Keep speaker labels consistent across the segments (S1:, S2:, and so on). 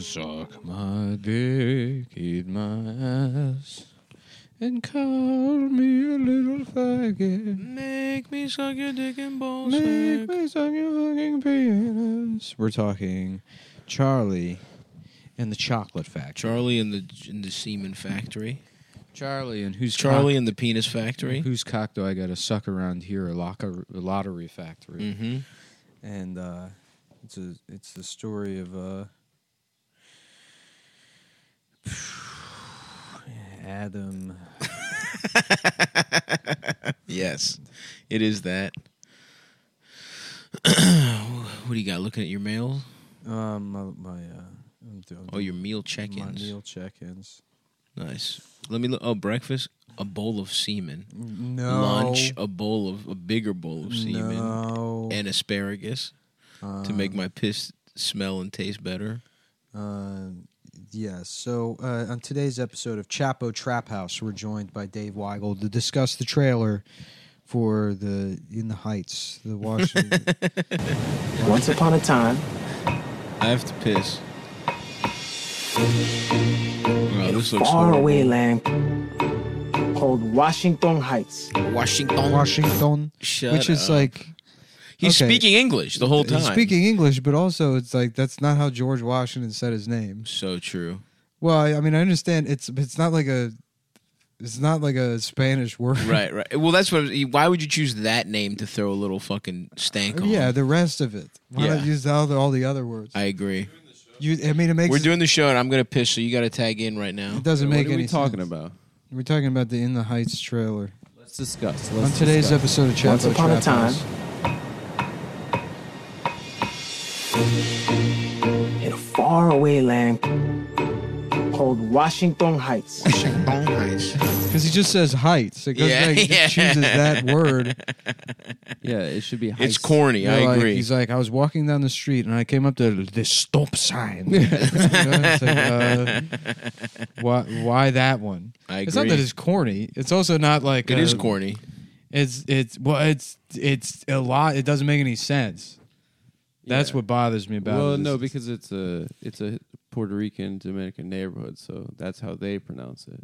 S1: Suck my dick, eat my ass, and call me a little faggot.
S2: Make me suck your dick and balls.
S1: Make me suck your fucking penis. We're talking Charlie and the Chocolate Factory.
S2: Charlie in the in the semen factory.
S1: Charlie and who's
S2: Charlie in the penis factory.
S1: Cock, whose cock do I got to suck around here? A locker, a lottery factory.
S2: Mm-hmm.
S1: and uh, it's a it's the story of uh, Adam.
S2: Yes, it is that. what do you got? Looking at your mail?
S1: Um, my, my uh, I'm doing
S2: Oh, your meal
S1: my
S2: check-ins.
S1: meal check-ins.
S2: Nice. Let me look. Oh, breakfast, a bowl of semen.
S1: No
S2: Lunch, a bowl of a bigger bowl of semen
S1: No. Uh.
S2: and asparagus to make my piss smell and taste better.
S1: Um, yeah. So uh, on today's episode of Chapo Trap House, we're joined by Dave Weigel to discuss the trailer for the In the Heights, the Washington.
S3: Once upon a time,
S2: I have to piss. Wow, this looks horrible.
S3: faraway land called Washington Heights.
S2: Washington.
S1: Washington,
S2: Shut
S1: which is
S2: up.
S1: like
S2: He's
S1: okay.
S2: speaking English the whole time.
S1: He's speaking English, but also it's like that's not how George Washington said his name.
S2: So true.
S1: Well, I, I mean, I understand it's it's not like a it's not like a Spanish word.
S2: Right, right. Well, that's what. Why would you choose that name to throw a little fucking stank on?
S1: Yeah, the rest of it. Why not
S2: Yeah.
S1: use all the, all the other words?
S2: I agree.
S1: you, I mean, it makes
S2: We're doing the show, and I'm gonna piss. So you got to tag in right now.
S1: it doesn't
S4: what
S1: make
S4: are
S1: any
S4: we talking
S1: sense.
S4: about?
S1: We're talking about the In the Heights trailer
S4: Let's discuss.
S1: on today's episode of Chapo
S3: Once upon a
S1: Trap
S3: time.
S1: House.
S3: In a faraway land called Washington Heights.
S1: because he just says heights. It goes
S2: Yeah,
S1: back, he just
S2: yeah.
S1: chooses that word.
S4: Yeah, it should be. Heist.
S2: It's corny.
S1: They're
S2: I
S1: like-
S2: agree.
S1: He's like, I was walking down the street and I came up to this stop sign. You know, it's like, uh, why, why that one?
S2: I
S1: It's not
S2: agree.
S1: that it's corny. It's also not like
S2: It is
S1: uh,
S2: corny.
S1: It's it's well, it's it's a lot. It doesn't make any sense. That's
S4: Yeah.
S1: what bothers me about.
S4: Well,
S1: it.
S4: no, because it's a it's a Puerto Rican Dominican neighborhood, so that's how they pronounce it.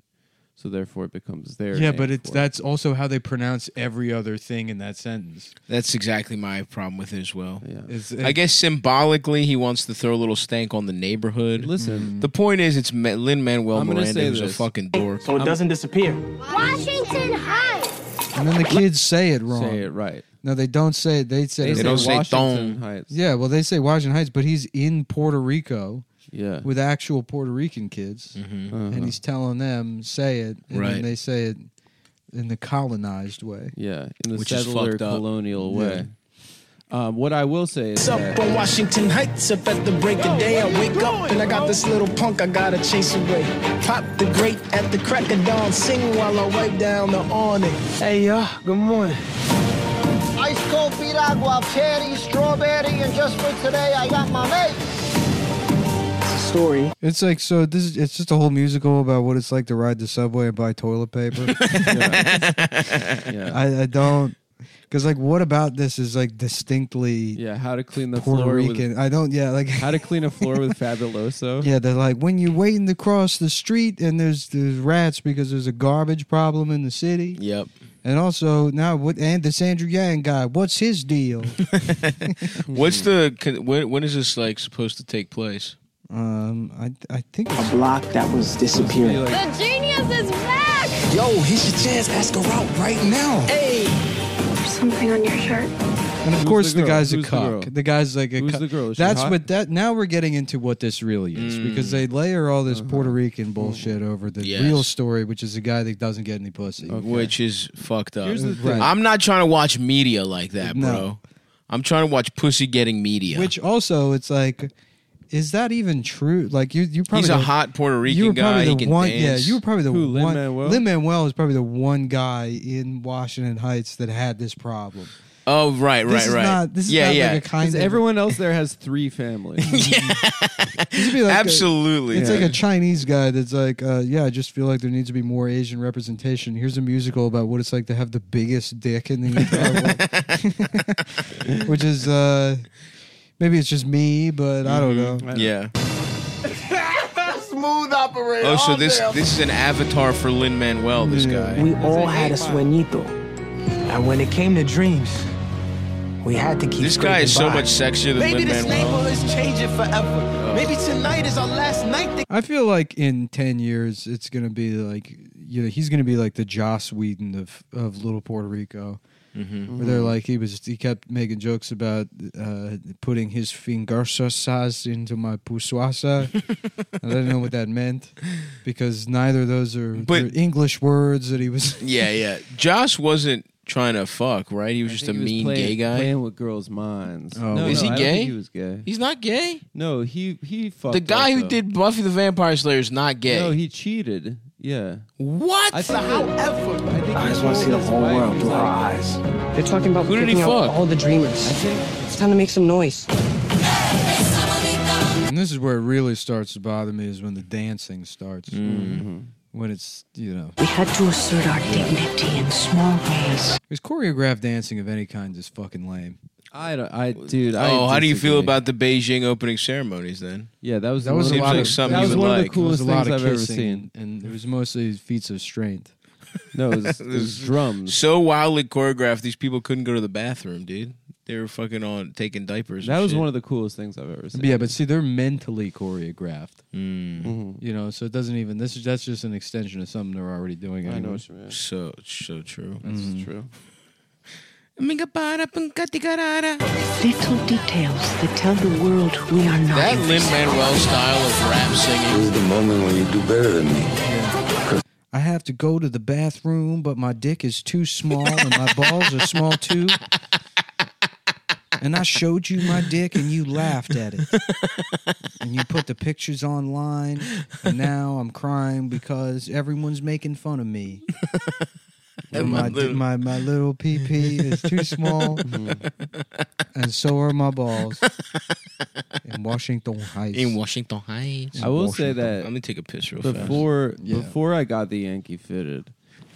S4: So therefore, it becomes their.
S1: yeah,
S4: name
S1: but it's
S4: for it.
S1: that's also how they pronounce every other thing in that sentence.
S2: That's exactly my problem with it as well.
S4: Yeah.
S1: It's,
S2: I guess symbolically, he wants to throw a little stank on the neighborhood.
S4: Listen,
S2: The point is, it's Lin Manuel
S4: I'm gonna
S2: Miranda
S4: say
S2: who's a
S4: this.
S2: fucking dork.
S3: So it doesn't disappear.
S5: Washington Heights.
S1: and then the kids say it wrong.
S4: say it right.
S1: No, they don't say it. They say
S2: They don't say thong.
S4: Washington Heights.
S1: yeah. Well, they say Washington Heights, but he's in Puerto Rico.
S4: Yeah.
S1: with actual Puerto Rican kids,
S4: Uh-huh.
S1: and he's telling them say it, and
S2: Right.
S1: then they say it in the colonized way.
S4: yeah, in the
S2: Which is
S4: settler
S2: fucked up.
S4: colonial way. Um, what I will say is
S6: up
S4: that
S6: on Washington Heights up at the break of day. I wake up and I got this little punk I gotta chase away. Pop the grate at the crack of dawn, sing while I wipe down the awning. Hey y'all, good morning.
S7: Ice cold beat agua, cherry, strawberry, and just for today I got my mate.
S3: It's a story
S1: It's like so. This is it's just a whole musical about what it's like to ride the subway and buy toilet paper.
S4: yeah,
S1: I, I don't because like what about this is like distinctly
S4: yeah, how to clean the
S1: Puerto
S4: floor
S1: Rican.
S4: with
S1: I don't. Yeah, like
S4: how to clean a floor with fabuloso.
S1: yeah, they're like when you're waiting to cross the street and there's there's rats because there's a garbage problem in the city,
S2: Yep.
S1: and also now what and this Andrew Yang guy, what's his deal?
S2: What's the con- when, when is this like supposed to take place?
S1: um, I I think it's
S3: block that was
S4: Be
S3: disappearing.
S4: like,
S5: The genius is back.
S6: Yo, here's your chance, ask her out right now. Hey,
S5: There's something on your shirt.
S1: And of
S4: Who's
S1: course,
S4: the
S1: the,
S4: girl?
S1: guy's
S4: Who's
S1: a
S4: the
S1: cock. The,
S4: girl?
S1: guy's like a
S4: Who's
S1: cuck.
S4: the girl? Is she
S1: That's
S4: hot? Mm.
S1: what that. Now we're getting into what this really is because they layer all
S4: Uh-huh.
S1: this Puerto Rican bullshit over the
S2: Yes.
S1: real story, which is a guy that doesn't get any pussy.
S2: Which is fucked up.
S4: Here's the
S1: thing.
S2: I'm not trying to watch media like that,
S1: No.
S2: bro. I'm trying to watch pussy getting media.
S1: Which also, it's like, is that even true? Like you, you probably
S2: he's a
S1: don't-
S2: hot Puerto Rican
S1: you were probably
S2: guy.
S1: the
S2: He can
S1: one. Yeah,
S2: dance.
S1: you were probably the
S4: Who,
S1: one.
S4: Lin-Manuel?
S1: Lin Manuel is probably the one guy in Washington Heights that had this problem.
S2: oh right, right,
S1: This is
S2: right.
S1: not- this is
S2: yeah,
S1: not
S2: yeah.
S1: like a kind
S4: 'Cause
S1: of
S4: everyone else there has three families.
S1: This would be like a-
S2: Absolutely.
S1: It's
S4: Yeah.
S1: like a Chinese guy that's like, uh, yeah, I just feel like there needs to be more Asian representation. Here's a musical about what it's like to have the biggest dick in the entire
S2: Mm-hmm.
S1: world, which is uh, maybe it's just me, but I don't know.
S2: yeah.
S7: Smooth operator.
S2: Oh, so
S7: all
S2: this
S7: day.
S2: this is an avatar for Lin Manuel. This guy.
S6: We all had a sueñito. And when it came to dreams, we had to keep
S2: This guy is so
S6: scraping by.
S2: much sexier than
S8: Maybe
S2: Lin
S8: this name
S2: Manuel.
S8: will is changing forever. Maybe tonight is our last night. to-
S1: I feel like in ten years it's gonna be like you know he's gonna be like the Joss Whedon of of little Puerto Rico, where they're like he was he kept making jokes about uh, putting his fingersas into my pusuasa. I didn't know what that meant because neither of those are
S2: But-
S1: they're English words that he was.
S2: Yeah, yeah. Josh wasn't trying to fuck, right? He was
S4: I
S2: just a
S4: think he was
S2: mean
S4: playing-
S2: gay guy.
S4: playing with girls' minds.
S1: Oh.
S4: No,
S1: Is
S4: no,
S1: he
S4: I don't
S2: gay?
S4: think he was gay.
S2: He's not gay.
S4: no, he he fucked
S2: The guy
S4: up,
S2: who
S4: though.
S2: did Buffy the Vampire Slayer is not gay.
S4: No, he cheated. Yeah.
S2: what?
S4: I think however, I, think
S6: I just want to see the whole world through her eyes.
S9: They're talking about
S2: Who did he
S9: picking out
S2: fuck?
S9: all the dreamers. It's time to make some noise.
S1: And this is where it really starts to bother me is when the dancing starts. When it's you know
S10: We had to assert our dignity in small ways.
S1: because choreographed dancing of any kind is fucking lame.
S4: I don't. I dude. I
S2: oh, how do you feel
S4: disagree.
S2: about the Beijing opening ceremonies then?
S4: Yeah, that was
S1: That
S4: one
S1: was
S4: of
S1: a
S4: the-
S1: lot of-
S2: something
S4: that was
S2: you would
S4: one of
S2: like.
S4: the
S1: There was
S4: coolest
S1: a lot
S4: things
S1: of
S4: I've ever
S1: kissing,
S4: seen.
S1: and it was mostly feats of strength.
S4: No, it was, it was drums.
S2: So wildly choreographed, these people couldn't go to the bathroom, dude. They were fucking on taking diapers.
S4: That was one of the coolest things I've ever seen.
S1: Yeah, but see, they're mentally choreographed,
S4: Mhm.
S1: you know. So it doesn't even this. is That's just an extension of something they're already doing.
S4: I know
S1: Anyway.
S4: what you mean.
S2: so so true.
S4: That's true.
S10: Little details that tell the world who we are not.
S2: That Lin Manuel style of rap singing.
S1: I have to go to the bathroom, but my dick is too small and my balls are small too. And I showed you my dick, and you laughed at it. And you put the pictures online, and now I'm crying because everyone's making fun of me. And my, d- my my little pee pee is too small, and so are my balls. In Washington Heights,
S2: In Washington Heights.
S4: I will say
S2: Let
S4: that
S2: me take a piss real fast.
S4: before
S1: Yeah.
S4: before I got the Yankee fitted,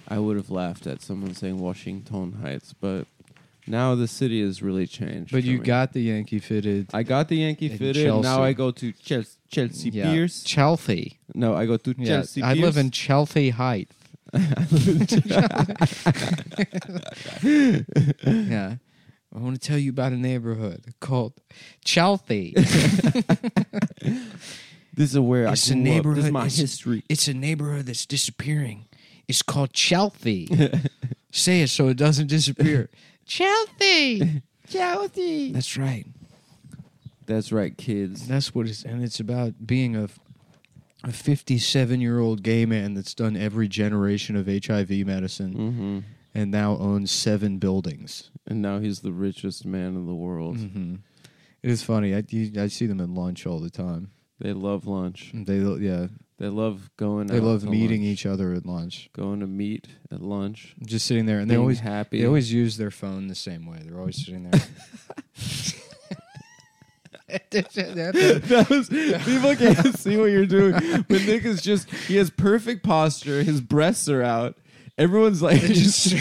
S4: I would have laughed at someone saying Washington Heights, but now the city has really changed.
S1: but
S4: for
S1: you
S4: me.
S1: got the Yankee fitted.
S4: I got the Yankee
S1: In
S4: fitted.
S1: Chelsea.
S4: Now I go to Chelsea, Chelsea Pierce.
S1: Chelsea.
S4: No, I go to Chelsea.
S1: I live
S4: Pierce.
S1: in Chelsea Heights. yeah. I want to tell you about a neighborhood called Chelsea.
S4: This is where
S1: It's
S4: I
S1: a
S4: grew Up.
S1: neighborhood-
S4: This is my
S1: it's-
S4: history.
S1: it's a neighborhood that's disappearing. It's called Chelsea. Say it so it doesn't disappear. Chelsea. Chelsea. That's right.
S4: That's right, kids.
S1: That's what it's and it's about being a a 57 year old gay man that's done every generation of HIV medicine
S4: Mm-hmm.
S1: and now owns seven buildings.
S4: And now he's the richest man in the world.
S1: Mm-hmm. It is funny. I, you, I see them at lunch all the time.
S4: They love lunch.
S1: They yeah
S4: They love going.
S1: Mm. they
S4: out
S1: love
S4: to
S1: meeting
S4: Oh, lunch.
S1: each other at lunch.
S4: Going to meet at lunch.
S1: Just sitting there and they
S4: Being
S1: always
S4: happy.
S1: They always use their phone the same way. They're always sitting there.
S4: That was people can't see what you're doing. But Nick is just he has perfect posture. His breasts are out. Everyone's like just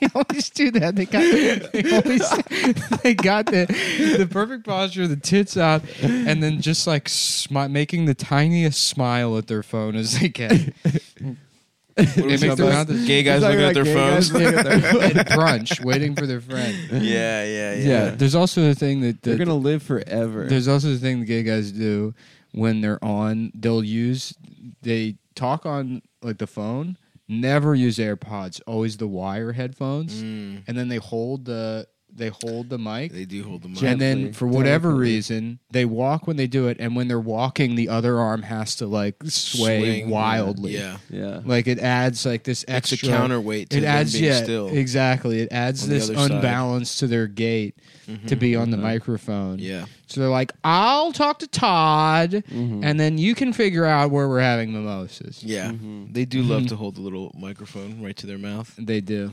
S1: they always do that. They got they always they got the the perfect posture, the tits out, and then just like smi- making the tiniest smile at their phone as they can.
S2: What are we
S1: It makes
S2: talking
S1: them-
S2: about? Gay guys
S4: Sorry,
S2: looking at their
S4: like, gay
S2: phones.
S4: guys looking at their-
S1: at brunch, waiting for their friend.
S2: Yeah, yeah,
S1: Yeah. there's also the thing that,
S4: They're
S1: that
S4: gonna live forever.
S1: there's also the thing the gay guys do when they're on. They'll use they talk on like the phone. Never use AirPods. Always the wire headphones, and then they hold the they hold the mic.
S2: Mm. They do hold the mic.
S1: and then
S4: Gently,
S1: for whatever
S4: delicately.
S1: reason they walk when they do it and when they're walking the other arm has to like sway
S2: Swing,
S1: wildly
S2: Yeah.
S4: yeah.
S1: like it adds like this
S2: It's
S1: extra
S2: a counterweight to
S1: it
S2: them
S1: adds
S2: being
S1: yeah
S2: still.
S1: exactly it adds
S2: on the
S1: this
S2: other side. Mm-hmm,
S1: unbalance to their gait to be on the microphone
S2: Yeah.
S1: so they're like i'll talk to todd
S4: Mm-hmm.
S1: and then you can figure out where we're having mimosas
S2: Yeah. They do
S1: Mm-hmm.
S2: love to hold the little microphone right to their mouth.
S1: they do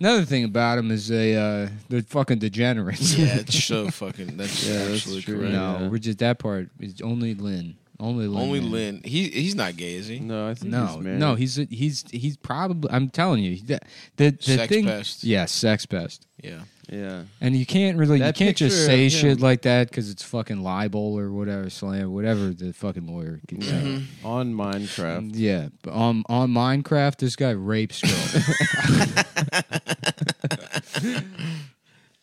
S1: another thing about them is they uh they're fucking degenerates
S2: Yeah, it's so fucking. That's
S4: Yeah, that's
S2: absolutely
S4: true.
S2: correct.
S1: No,
S4: Yeah.
S1: we're just that part is only Lynn. Only Lin.
S2: Only
S1: Man.
S2: Lin. He he's not gay, is he?
S4: No, I think
S1: No,
S4: he's married.
S1: no, he's he's he's probably. I'm telling you, the the, the
S2: Sex
S1: thing.
S2: pest.
S1: Yeah, sex pest.
S2: Yeah.
S4: yeah.
S1: And you can't really,
S4: That
S1: you can't just
S4: picture
S1: say
S4: of him-
S1: shit like that because it's fucking libel or whatever, slam, whatever the fucking lawyer can say.
S2: Mm-hmm.
S4: on Minecraft.
S1: Yeah, but on on Minecraft, this guy rapes girls.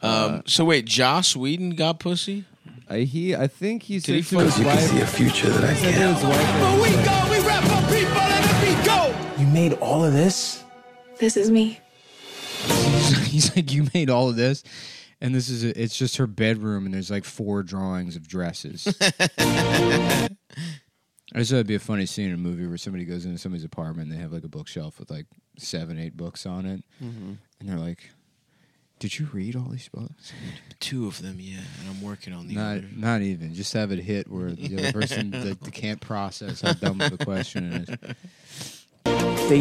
S2: Um. so wait, Joss Whedon got pussy.
S4: I, he, I think he said
S2: he
S4: to his wife.
S7: a future that I
S4: said to his wife
S7: we go, we rap our people and the beat go. You made all of this?
S11: This is me.
S1: He's like, you made all of this, and this is a, it's just her bedroom, and there's like four drawings of dresses. I just thought it'd be a funny scene in a movie where somebody goes into somebody's apartment and they have like a bookshelf with like seven, eight books on it, and they're like, "Did you read all these books?"
S2: Two of them, yeah. And I'm working on the
S1: Not,
S2: other.
S1: not even. Just have it hit where the other person that they can't process how dumb of a question it
S7: They-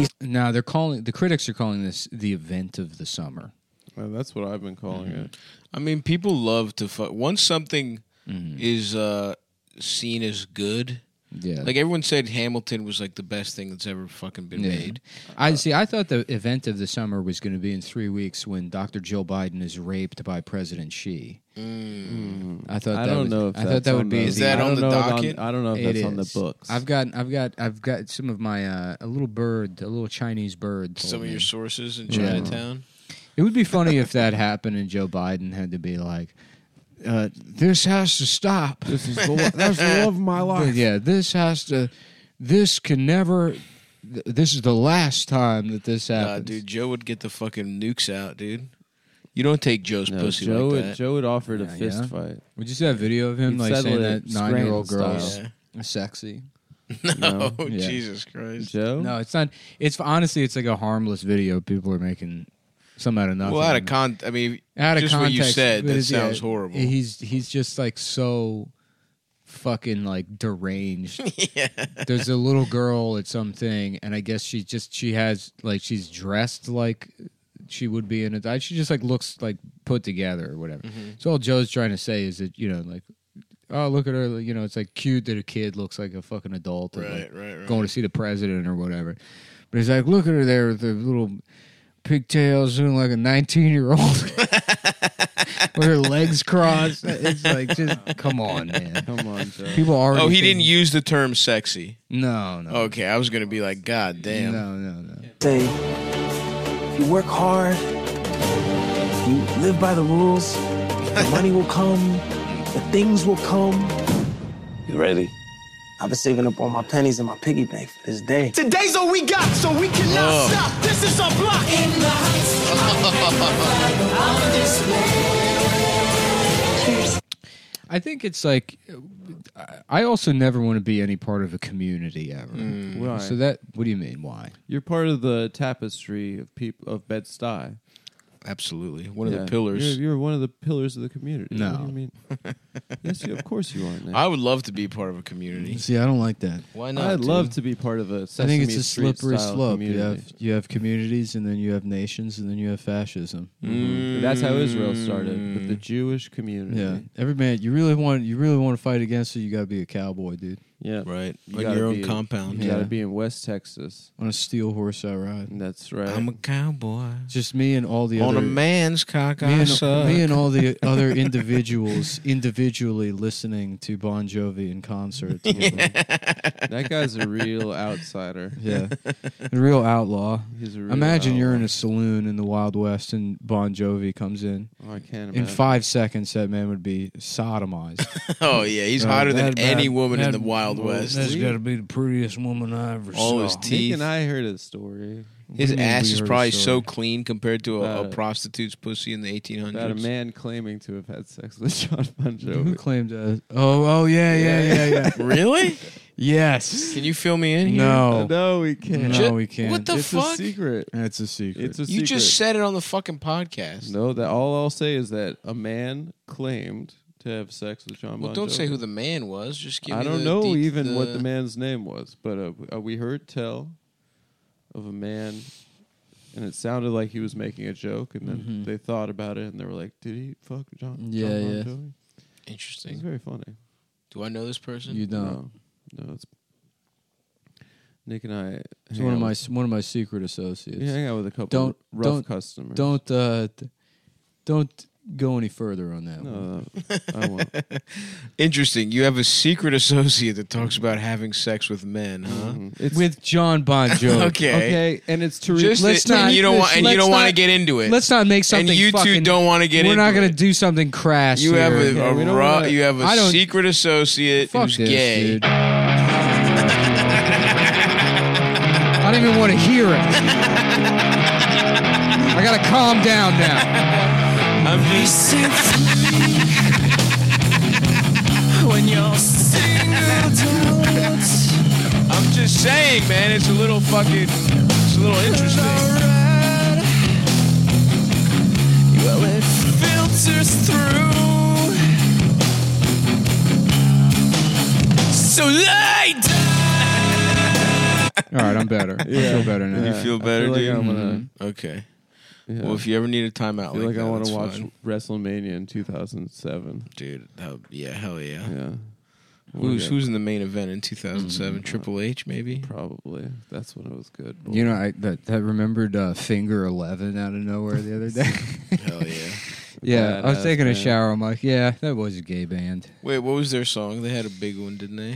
S1: is. Now they're calling the critics are calling this the event of the summer.
S4: Well, Oh, that's what I've been calling
S1: Mm.
S4: it.
S2: I mean, people love to fuck. Once something
S1: Mm-hmm.
S2: is uh seen as good,
S1: Yeah,
S2: like everyone said, Hamilton was like the best thing that's ever fucking been
S1: Yeah.
S2: made.
S4: uh,
S1: I see. I thought the event of the summer was going to be in three weeks when Dr. Jill Biden is raped by President Xi.
S2: Mm.
S1: I thought that
S4: I don't
S1: was-
S4: know if
S1: I
S4: that's
S1: thought that
S4: on
S1: would be.
S4: The,
S2: Is that
S4: I
S2: on
S4: don't
S2: the
S4: know if
S2: docket?
S4: I don't know if
S1: It
S4: that's on the
S1: is.
S4: books.
S1: I've got, I've got, I've got some of my uh, a little bird, a little Chinese bird. told
S2: Some of
S1: me.
S4: Mm-hmm.
S2: your sources in
S1: Yeah.
S2: Chinatown.
S1: It would be funny if that happened and Joe Biden had to be like, uh, "This has to stop."
S4: this is the, lo- that's the love of my life.
S1: Yeah, this has to. This can never. th- This is the last time that this happens.
S2: Nah, dude, Joe would get the fucking nukes out, dude. You don't take Joe's
S4: No,
S2: pussy
S4: Joe,
S2: like
S4: had,
S2: that.
S4: Joe had offered
S1: Yeah,
S4: a fist
S1: yeah.
S4: fight.
S1: We just had a video of him
S4: He'd
S1: like saying
S4: settle
S1: that
S4: it
S1: nine year old
S4: Scranton
S1: girls
S4: style.
S1: are sexy.
S2: No,
S1: Yeah.
S2: Oh, Jesus Christ.
S4: Joe?
S1: No, it's not. It's honestly, it's like a harmless video. People are making some out of nothing.
S2: Well, out of con, I mean,
S1: Out of
S2: just
S1: context,
S2: what you said,
S1: but
S2: that
S1: it's- yeah,
S2: sounds horrible.
S1: He's he's just like so fucking like deranged. There's a little girl at something, and I guess she just she has like she's dressed like she would be in a she just like looks like put together or whatever.
S2: Mm-hmm.
S1: So all Joe's trying to say is that, you know, like oh look at her you know, it's like cute that a kid looks like a fucking adult and, like,
S2: Right, right, right.
S1: going to see the president or whatever. But he's like, look at her there with her little pigtails looking like a nineteen year old with her legs crossed. It's like, just come on, man.
S4: Come on, Joe.
S1: People already.
S2: oh, he
S1: think-
S2: didn't use the term sexy.
S1: No, no.
S2: Okay, I was gonna be like, God damn.
S1: No, no, no.
S6: They, if you work hard, you live by the rules, the money will come, the things will come. You ready? I've been saving up all my pennies in my piggy bank for this day.
S7: Today's all we got, so we cannot
S2: Oh.
S7: stop. This is our block.
S1: I think it's like. I also never want to be any part of a community ever.
S4: Why?
S1: So that. What do you mean? Why?
S4: You're part of the tapestry of people of Bed Stuy.
S2: Absolutely, one of
S4: Yeah.
S2: the pillars.
S4: You're, you're one of the pillars of the community. What do
S1: No.
S4: you mean? yes, you, of course you are. Nick.
S2: I would love to be part of a community.
S1: See, I don't like that.
S2: Why not?
S4: I'd
S2: dude?
S4: love to be part of a.
S1: I think
S4: Sesame
S1: it's a
S4: Street
S1: slippery
S4: style
S1: slope. You
S4: Community.
S1: have you have communities, and then you have nations, and then you have fascism.
S2: Mm.
S4: Mhm. That's how Israel started with the Jewish community.
S1: Yeah, every man you really want you really want to fight against it. You got to be a cowboy, dude.
S4: yeah.
S2: Right,
S4: You
S2: on
S4: gotta
S2: your own
S4: be-
S2: compound.
S4: You
S1: Yeah.
S4: got to be in West Texas.
S1: On a steel horse I ride.
S4: That's right.
S2: I'm a cowboy
S1: Just me and all the other
S2: on a man's cock.
S1: me
S2: I
S1: and,
S2: suck.
S1: me and all the other individuals individually listening to Bon Jovi in concert. together.
S4: that guy's a real outsider.
S1: yeah, a real outlaw.
S4: He's a real
S1: Imagine you're in
S4: outlaw.
S1: a saloon in the Wild West and Bon Jovi comes in.
S4: Oh, I can't
S1: In
S4: imagine.
S1: five seconds, that man would be sodomized.
S2: oh yeah, he's
S1: Uh,
S2: hotter than
S1: that-
S2: any
S1: that-
S2: woman in
S1: that-
S2: the Wild West.
S1: That's got to be the prettiest woman I ever
S2: All his
S4: Nick
S2: teeth.
S4: and I heard a
S2: His
S4: story
S1: What do you mean
S2: ass
S1: we
S2: is
S1: heard a
S2: probably so
S1: story?
S2: clean compared to a, a
S4: Uh,
S2: prostitute's pussy in the 1800s.
S4: about a man claiming to have had sex with John Bon
S1: Who
S4: Jovi.
S1: claimed? Uh, oh, oh yeah, yeah, yeah, yeah.
S2: really?
S1: yes.
S2: Can you fill me in? here?
S1: No.
S4: No, we can't.
S1: Oh. No, we can't.
S2: What the
S4: it's a
S2: fuck?
S4: secret.
S1: That's a secret.
S4: It's a
S2: You
S4: secret.
S2: just said it on the fucking podcast.
S4: no. That all I'll say is that a man claimed to have sex with John.
S2: Well,
S4: Bon
S2: don't say
S4: Jovi.
S2: who the man was. Just give.
S4: I
S2: me
S4: don't
S2: the
S4: know
S2: deep-
S4: even what the man's name was, but uh, uh, we heard tell of a man, and it sounded like he was making a joke, and then they thought about it, and they were like, "Did he fuck John?"
S1: Mm-hmm. Yeah,
S4: John Bon
S1: yeah.
S4: Jovi?" It's
S2: Interesting.
S4: very funny.
S2: Do I know this person?
S1: you don't.
S4: No, No, it's Nick and I.
S1: It's
S4: hang
S1: one of
S4: out
S1: my
S4: with-
S1: one of my secret associates.
S4: We hang out with a couple rough customers.
S1: Don't uh, d- don't go any further on that. one.
S4: No, I won't.
S2: Interesting. You have a secret associate that talks about having sex with men, huh?
S4: It's
S1: With John Bon Jovi.
S2: Okay.
S4: okay, and it's Tariq.
S2: Just
S1: Let's
S2: and
S1: not-
S2: you don't want and you
S1: let's
S2: don't want to
S1: not-
S2: get into it.
S1: Let's not make something.
S2: And you two
S1: fucking-
S2: don't want to get
S1: We're
S2: into
S1: not gonna
S2: it.
S1: do something crass.
S2: You have a,
S1: here.
S2: a
S4: we don't
S2: raw,
S4: wanna-
S2: you have
S1: I
S2: a
S1: don't-
S2: secret associate
S1: Fuck
S2: who's
S1: this,
S2: gay.
S1: dude. I don't even want to hear it. I gotta calm down now.
S2: I'm just I'm just saying, man, it's a little fucking it's a little interesting.
S1: All right, I'm better. I feel better now.
S2: You feel better,
S4: like
S2: dude?
S4: I'm gonna-
S2: Okay.
S4: yeah,
S2: Well, if you ever need a timeout
S4: I feel like
S2: that,
S4: I want
S2: that's
S4: to watch
S2: fine.
S4: WrestleMania in 2007.
S2: dude. hell- yeah, hell yeah.
S4: Yeah,
S2: Who's
S4: Yeah,
S2: who's in the main event in
S4: Mm-hmm.
S2: 2007? Triple H, maybe.
S4: probably that's when it was good.
S1: You know, I that, that remembered uh, Finger Eleven out of nowhere the other day.
S2: Hell yeah.
S1: yeah, I was
S4: Badass
S1: taking a
S4: band.
S1: shower. I'm like, yeah, that was a gay band.
S2: Wait, what was their song? They had a big one, didn't
S4: Uh,
S2: they?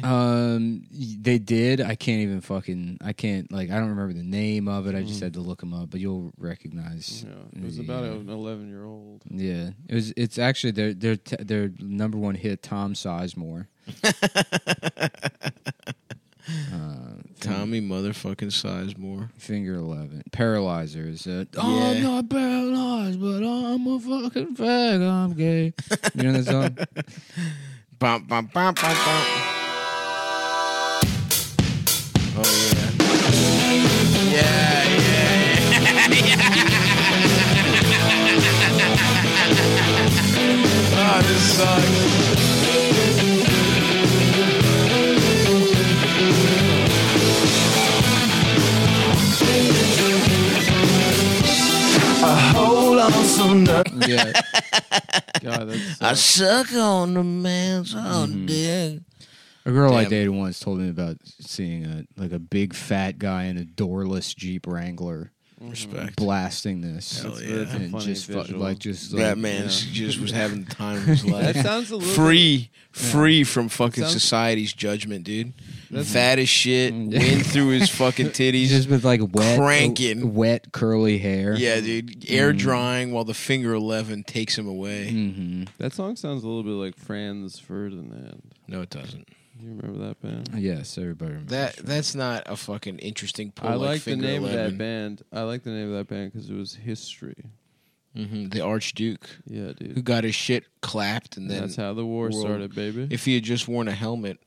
S1: Um, y- they did. I can't even fucking. I can't like. I don't remember the name of it. I just had to look them up, but you'll recognize.
S4: Yeah, it was
S1: the-
S4: about an 11 year old.
S1: Yeah, it was. It's actually their their t- their number one hit, Tom Sizemore.
S2: Tommy motherfucking Sizemore.
S1: Finger Eleven, Paralyzer is it? Oh,
S2: Yeah.
S1: I'm not paralyzed, but I'm a fucking fag. I'm gay. You know that song?
S2: Bum, bum, bum, bum, bum. Oh yeah. Yeah, yeah, yeah. oh, this sucks.
S1: yeah.
S4: God, that's
S2: I suck on the man's oh dick.
S1: A girl I
S2: Damn.
S1: dated once told me about seeing a like a big fat guy in a doorless Jeep Wrangler
S2: Respect.
S1: blasting this.
S2: Hell yeah. That's a
S1: and
S4: funny
S1: just fu-
S4: visual.
S1: like just like,
S2: That man just was having the time of his life.
S4: that sounds a little
S2: free, free from fucking
S4: Sounds- Mm.
S2: society's judgment, dude. Fat as shit, wind through his fucking titties.
S1: He's just with like wet
S2: cranking.
S1: wet curly hair.
S2: yeah, dude. Air
S4: Mm.
S2: drying while the finger eleven takes him away.
S1: hmm
S4: That song sounds a little bit like Franz Ferdinand.
S2: No, it doesn't.
S4: Do you remember that band?
S1: Yes, everybody remembers.
S2: That that's not a fucking interesting pull.
S4: I like the
S2: Finger
S4: name
S2: 11.
S4: of that band. I like the name of that band because it was history.
S2: hmm The Archduke,
S4: Yeah,
S2: who
S4: dude.
S2: got his shit clapped, and then
S4: That's how the war
S2: world-
S4: started, baby. If,
S2: if he had just worn a helmet,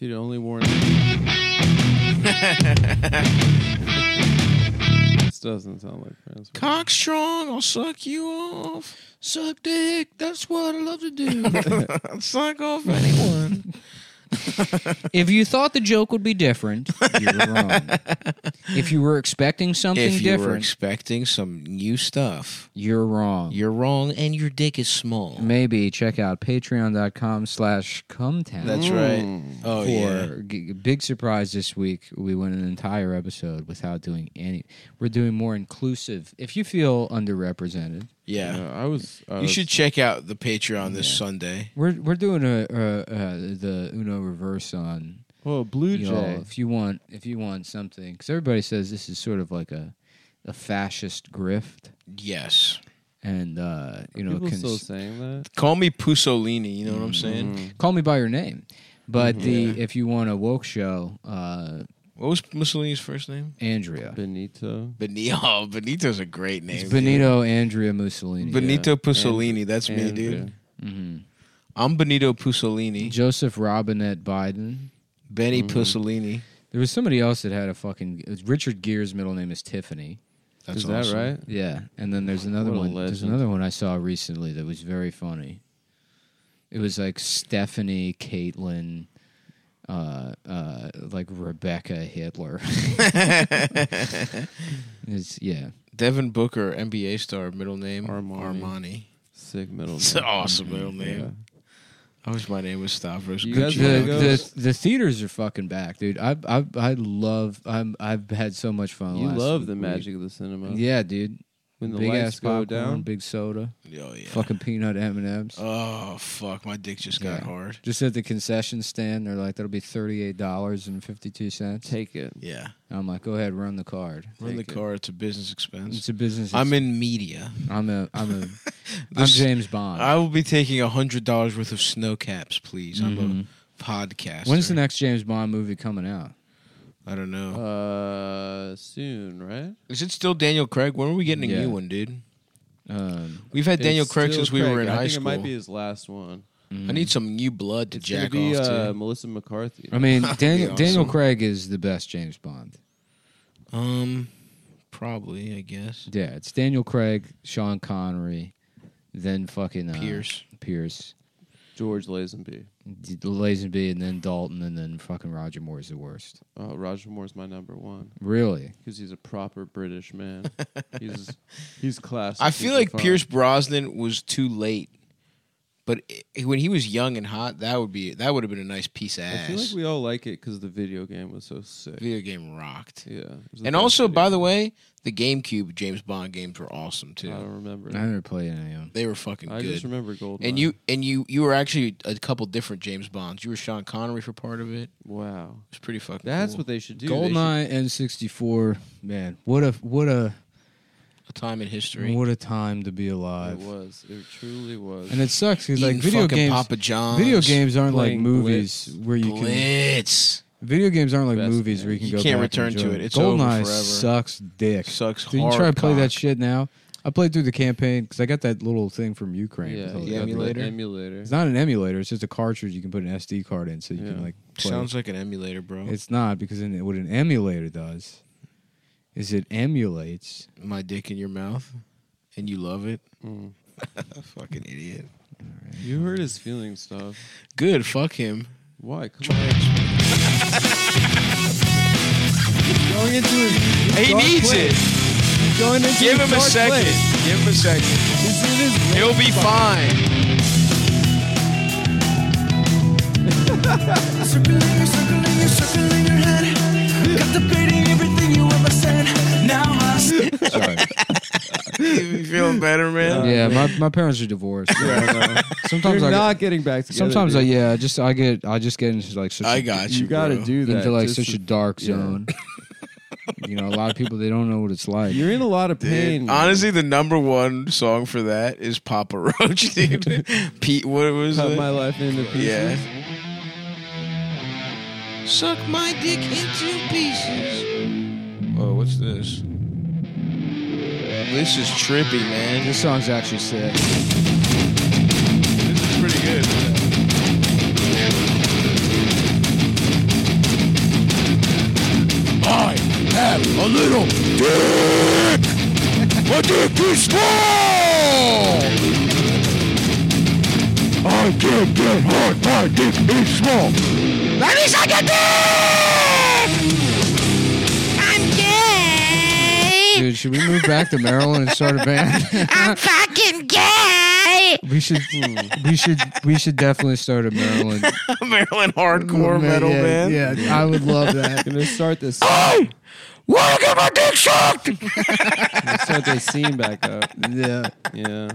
S4: you'd only worn. this doesn't sound like Franz. Ferdinand.
S2: cock strong, I'll suck you off. Suck dick. That's what I love to do. suck off anyone.
S1: If you thought the joke would be different, you were wrong. if you were expecting something
S2: If you were
S1: different,
S2: expecting some new stuff,
S1: you're wrong.
S2: you're wrong, and your dick is small.
S1: Maybe check out patreon.com slash cumtown.
S2: That's right.
S4: Mm.
S2: Oh
S1: for
S2: yeah.
S1: g- big surprise this week we went an entire episode without doing any we're doing more inclusive if you feel underrepresented
S2: yeah,
S4: Yeah, I was. I
S2: You
S4: was-
S2: should check out the Patreon this Sunday.
S1: we're we're doing a, a, a the uno reverse on
S4: Oh, Blue
S1: you all.
S4: Jay.
S1: if you want if you want something because everybody says this is sort of like a a fascist grift
S2: Yes.
S1: and uh you know
S4: People
S1: cons-
S4: still saying that.
S2: Call me Pussolini. You know what I'm saying?
S4: Mm-hmm.
S1: call me by your name but the if you want a woke show uh
S2: What was Mussolini's first name?
S1: andrea
S4: Benito.
S2: Benito. Oh, Benito's a great name.
S1: it's
S2: dude.
S1: benito andrea mussolini
S2: Benito
S4: Yeah.
S2: Pussolini. That's me,
S4: And,
S2: dude.
S1: hmm
S2: I'm Benito Pussolini.
S1: Joseph Robinette Biden.
S2: Benny
S4: Mm-hmm.
S2: Pussolini.
S1: There was somebody else that had a fucking it was Richard Gere's middle name is Tiffany.
S2: That's
S4: is that
S2: awesome.
S4: right?
S1: Yeah, and then there's another
S4: What a
S1: one. There's
S4: legend.
S1: another one I saw recently that was very funny. It was like Stephanie, Caitlin, uh, uh, like Rebecca Hitler. it's, yeah,
S2: Devin Booker, NBA star, middle name
S4: Armani.
S2: Armani.
S4: Sick middle
S2: It's
S4: name.
S2: an awesome middle name. I wish my name was Stavros.
S4: You guys
S1: The,
S4: wanna
S2: Kuchiakos.
S4: go?
S1: the the theaters are fucking back, dude. I I I love. I'm I've had so much fun.
S4: You
S1: last
S4: love the
S1: week.
S4: magic of the cinema.
S1: Yeah, dude.
S4: When the
S1: big
S4: lights
S1: ass
S4: go
S1: popcorn,
S4: down.
S1: big soda,
S2: Oh yeah.
S1: fucking peanut M and M's.
S2: Oh fuck, my dick just got
S1: Yeah.
S2: hard.
S1: Just at the concession stand, they're like, "That'll be thirty eight dollars and fifty two cents."
S4: Take it.
S2: Yeah.
S1: I'm like, "Go ahead, run the card."
S2: Run the
S4: Take it.
S2: car. It's a business expense.
S1: It's a business.
S2: I'm in media.
S1: I'm a. I'm a. I'm
S2: This-
S1: James Bond.
S2: I will be taking hundred dollars worth of snow caps, please.
S4: Mm-hmm.
S2: I'm a podcast.
S1: When's the next James Bond movie coming out?
S2: I don't
S4: Oh,
S2: know.
S4: Uh, soon, right?
S2: Is it still Daniel Craig? When are we getting a
S1: Yeah.
S2: new one, dude?
S1: Um,
S2: We've had Daniel
S4: It's
S2: Craig
S4: still
S2: since we were in
S4: I
S2: high
S4: think
S2: school.
S4: It might be his last one.
S2: I need some new blood to
S4: It's
S2: jack
S4: gonna be
S2: off
S4: uh,
S2: to.
S4: Melissa McCarthy.
S1: I mean,
S2: That'd be
S1: Daniel, Daniel
S2: awesome.
S1: Craig is the best James Bond.
S2: Um, probably, I guess.
S1: Yeah, it's Daniel Craig, Sean Connery, then fucking uh,
S2: Pierce.
S1: Pierce,
S4: George Lazenby.
S1: D- Lazenby, and then Dalton, and then fucking Roger Moore's the worst.
S4: Uh, Roger Moore's my number one
S1: Really?
S4: because he's a proper British man. he's he's classic.
S2: I
S4: He's
S2: feel like
S4: refined.
S2: Pierce Brosnan was too late, but i when he was young and hot, that would be that would have been a nice piece of
S4: I
S2: ass.
S4: feel like we all like it because the video game was so sick.
S2: Video game rocked.
S4: Yeah, it was the
S2: And
S4: best
S2: also,
S4: video
S2: by the
S4: game.
S2: way, the GameCube James Bond games were awesome
S4: I don't
S2: too.
S4: remember.
S1: I never played any of them.
S2: They were fucking
S4: I
S2: good.
S4: just remember Gold.
S2: and you and you you were actually a couple different James Bonds. You were Sean Connery for part of it. It
S4: wow,
S2: was pretty fucking.
S4: that's
S2: cool.
S4: what they should do. They should-
S1: Goldeneye N64, man, what a what a
S2: a time in history.
S1: what a time to be
S4: It
S1: alive.
S4: was. It truly was.
S1: And it sucks because
S2: Eating
S1: like video
S2: fucking
S1: games,
S2: Papa John's,
S1: video games aren't like
S4: Playing
S1: movies
S4: Blitz.
S1: where you can.
S2: Blitz
S1: Video games aren't like
S4: Best
S1: movies
S4: game.
S1: where you can
S2: You
S1: go. back
S2: can't
S1: and
S2: return to
S1: enjoy
S2: it.
S1: them.
S2: It's over
S1: Goldeneye
S2: forever.
S1: sucks dick.
S2: sucks
S1: Dude, you
S2: hard.
S1: try to play that
S2: cock.
S1: shit now? I played through the campaign because I got that little thing from Ukraine.
S4: yeah,
S1: It's all
S4: you got
S1: got the-
S4: the Emulator.
S1: It's not an emulator. It's just a cartridge you can put an SD card in, so you can
S4: Yeah.
S1: like. Play.
S2: Sounds like an emulator, bro.
S1: It's not because in, what an emulator does is it emulates.
S2: my dick in your mouth and you love it.
S4: Mm.
S2: Fucking idiot.
S4: You heard his feelings, stuff.
S2: Good. Fuck him.
S4: Why? Come on.
S2: Going into he needs it.
S1: Going into
S2: Give him a second. Give him a second. He'll be fine. you feel better, man?
S1: Yeah, my, my parents are divorced. Sometimes
S4: You're
S1: I
S4: not
S1: get,
S4: getting back together.
S1: sometimes I
S4: dude.
S1: yeah, I just I get I just get into like such
S2: I
S1: a-
S2: got you.
S4: You got to
S2: bro.
S4: do that.
S1: into like
S4: just
S1: such
S4: to-
S1: a dark
S4: yeah.
S1: zone. you know, a lot of people they don't know what it's like.
S4: You're in a lot of pain.
S2: Dude,
S4: man.
S2: honestly, the number one song for that is Papa Roach, dude. Pete, what was
S4: cut
S2: it?
S4: my life into pieces.
S2: Yeah. Suck my dick into pieces. Oh, what's this? This is trippy, man.
S1: this song's actually sick.
S2: This is pretty good. I have a little dick. My dick is small. I can't get hard. My dick is small. Let me suck your dick.
S5: I'm gay.
S1: Dude, should we move back to Maryland and start a band?
S5: I'm fucking gay.
S1: we should we should we should definitely start a Maryland
S2: Maryland hardcore metal
S1: yeah,
S2: band.
S1: Yeah, I would love that.
S4: Gonna start this.
S2: Wanna get my dick sucked?
S4: gonna start this scene back up.
S1: yeah.
S4: Yeah.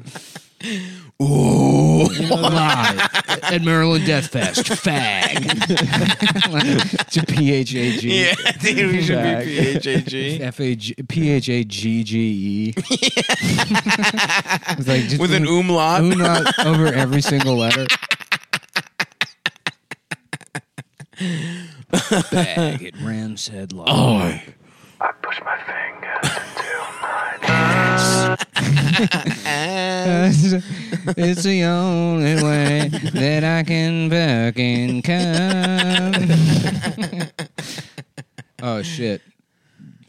S2: Ooh.
S1: Live at Maryland Death Fest. Fag. to P-H-A-G.
S2: Yeah, dude, we should
S4: Back.
S2: be PHAG.
S1: F-A-G- P-H-A-G-G-E. E. It's like just
S2: With an
S1: umlaut
S2: umlaut.
S1: over every single letter. Bag it Rams head
S2: I
S1: it's the only way that I can fucking come. oh shit!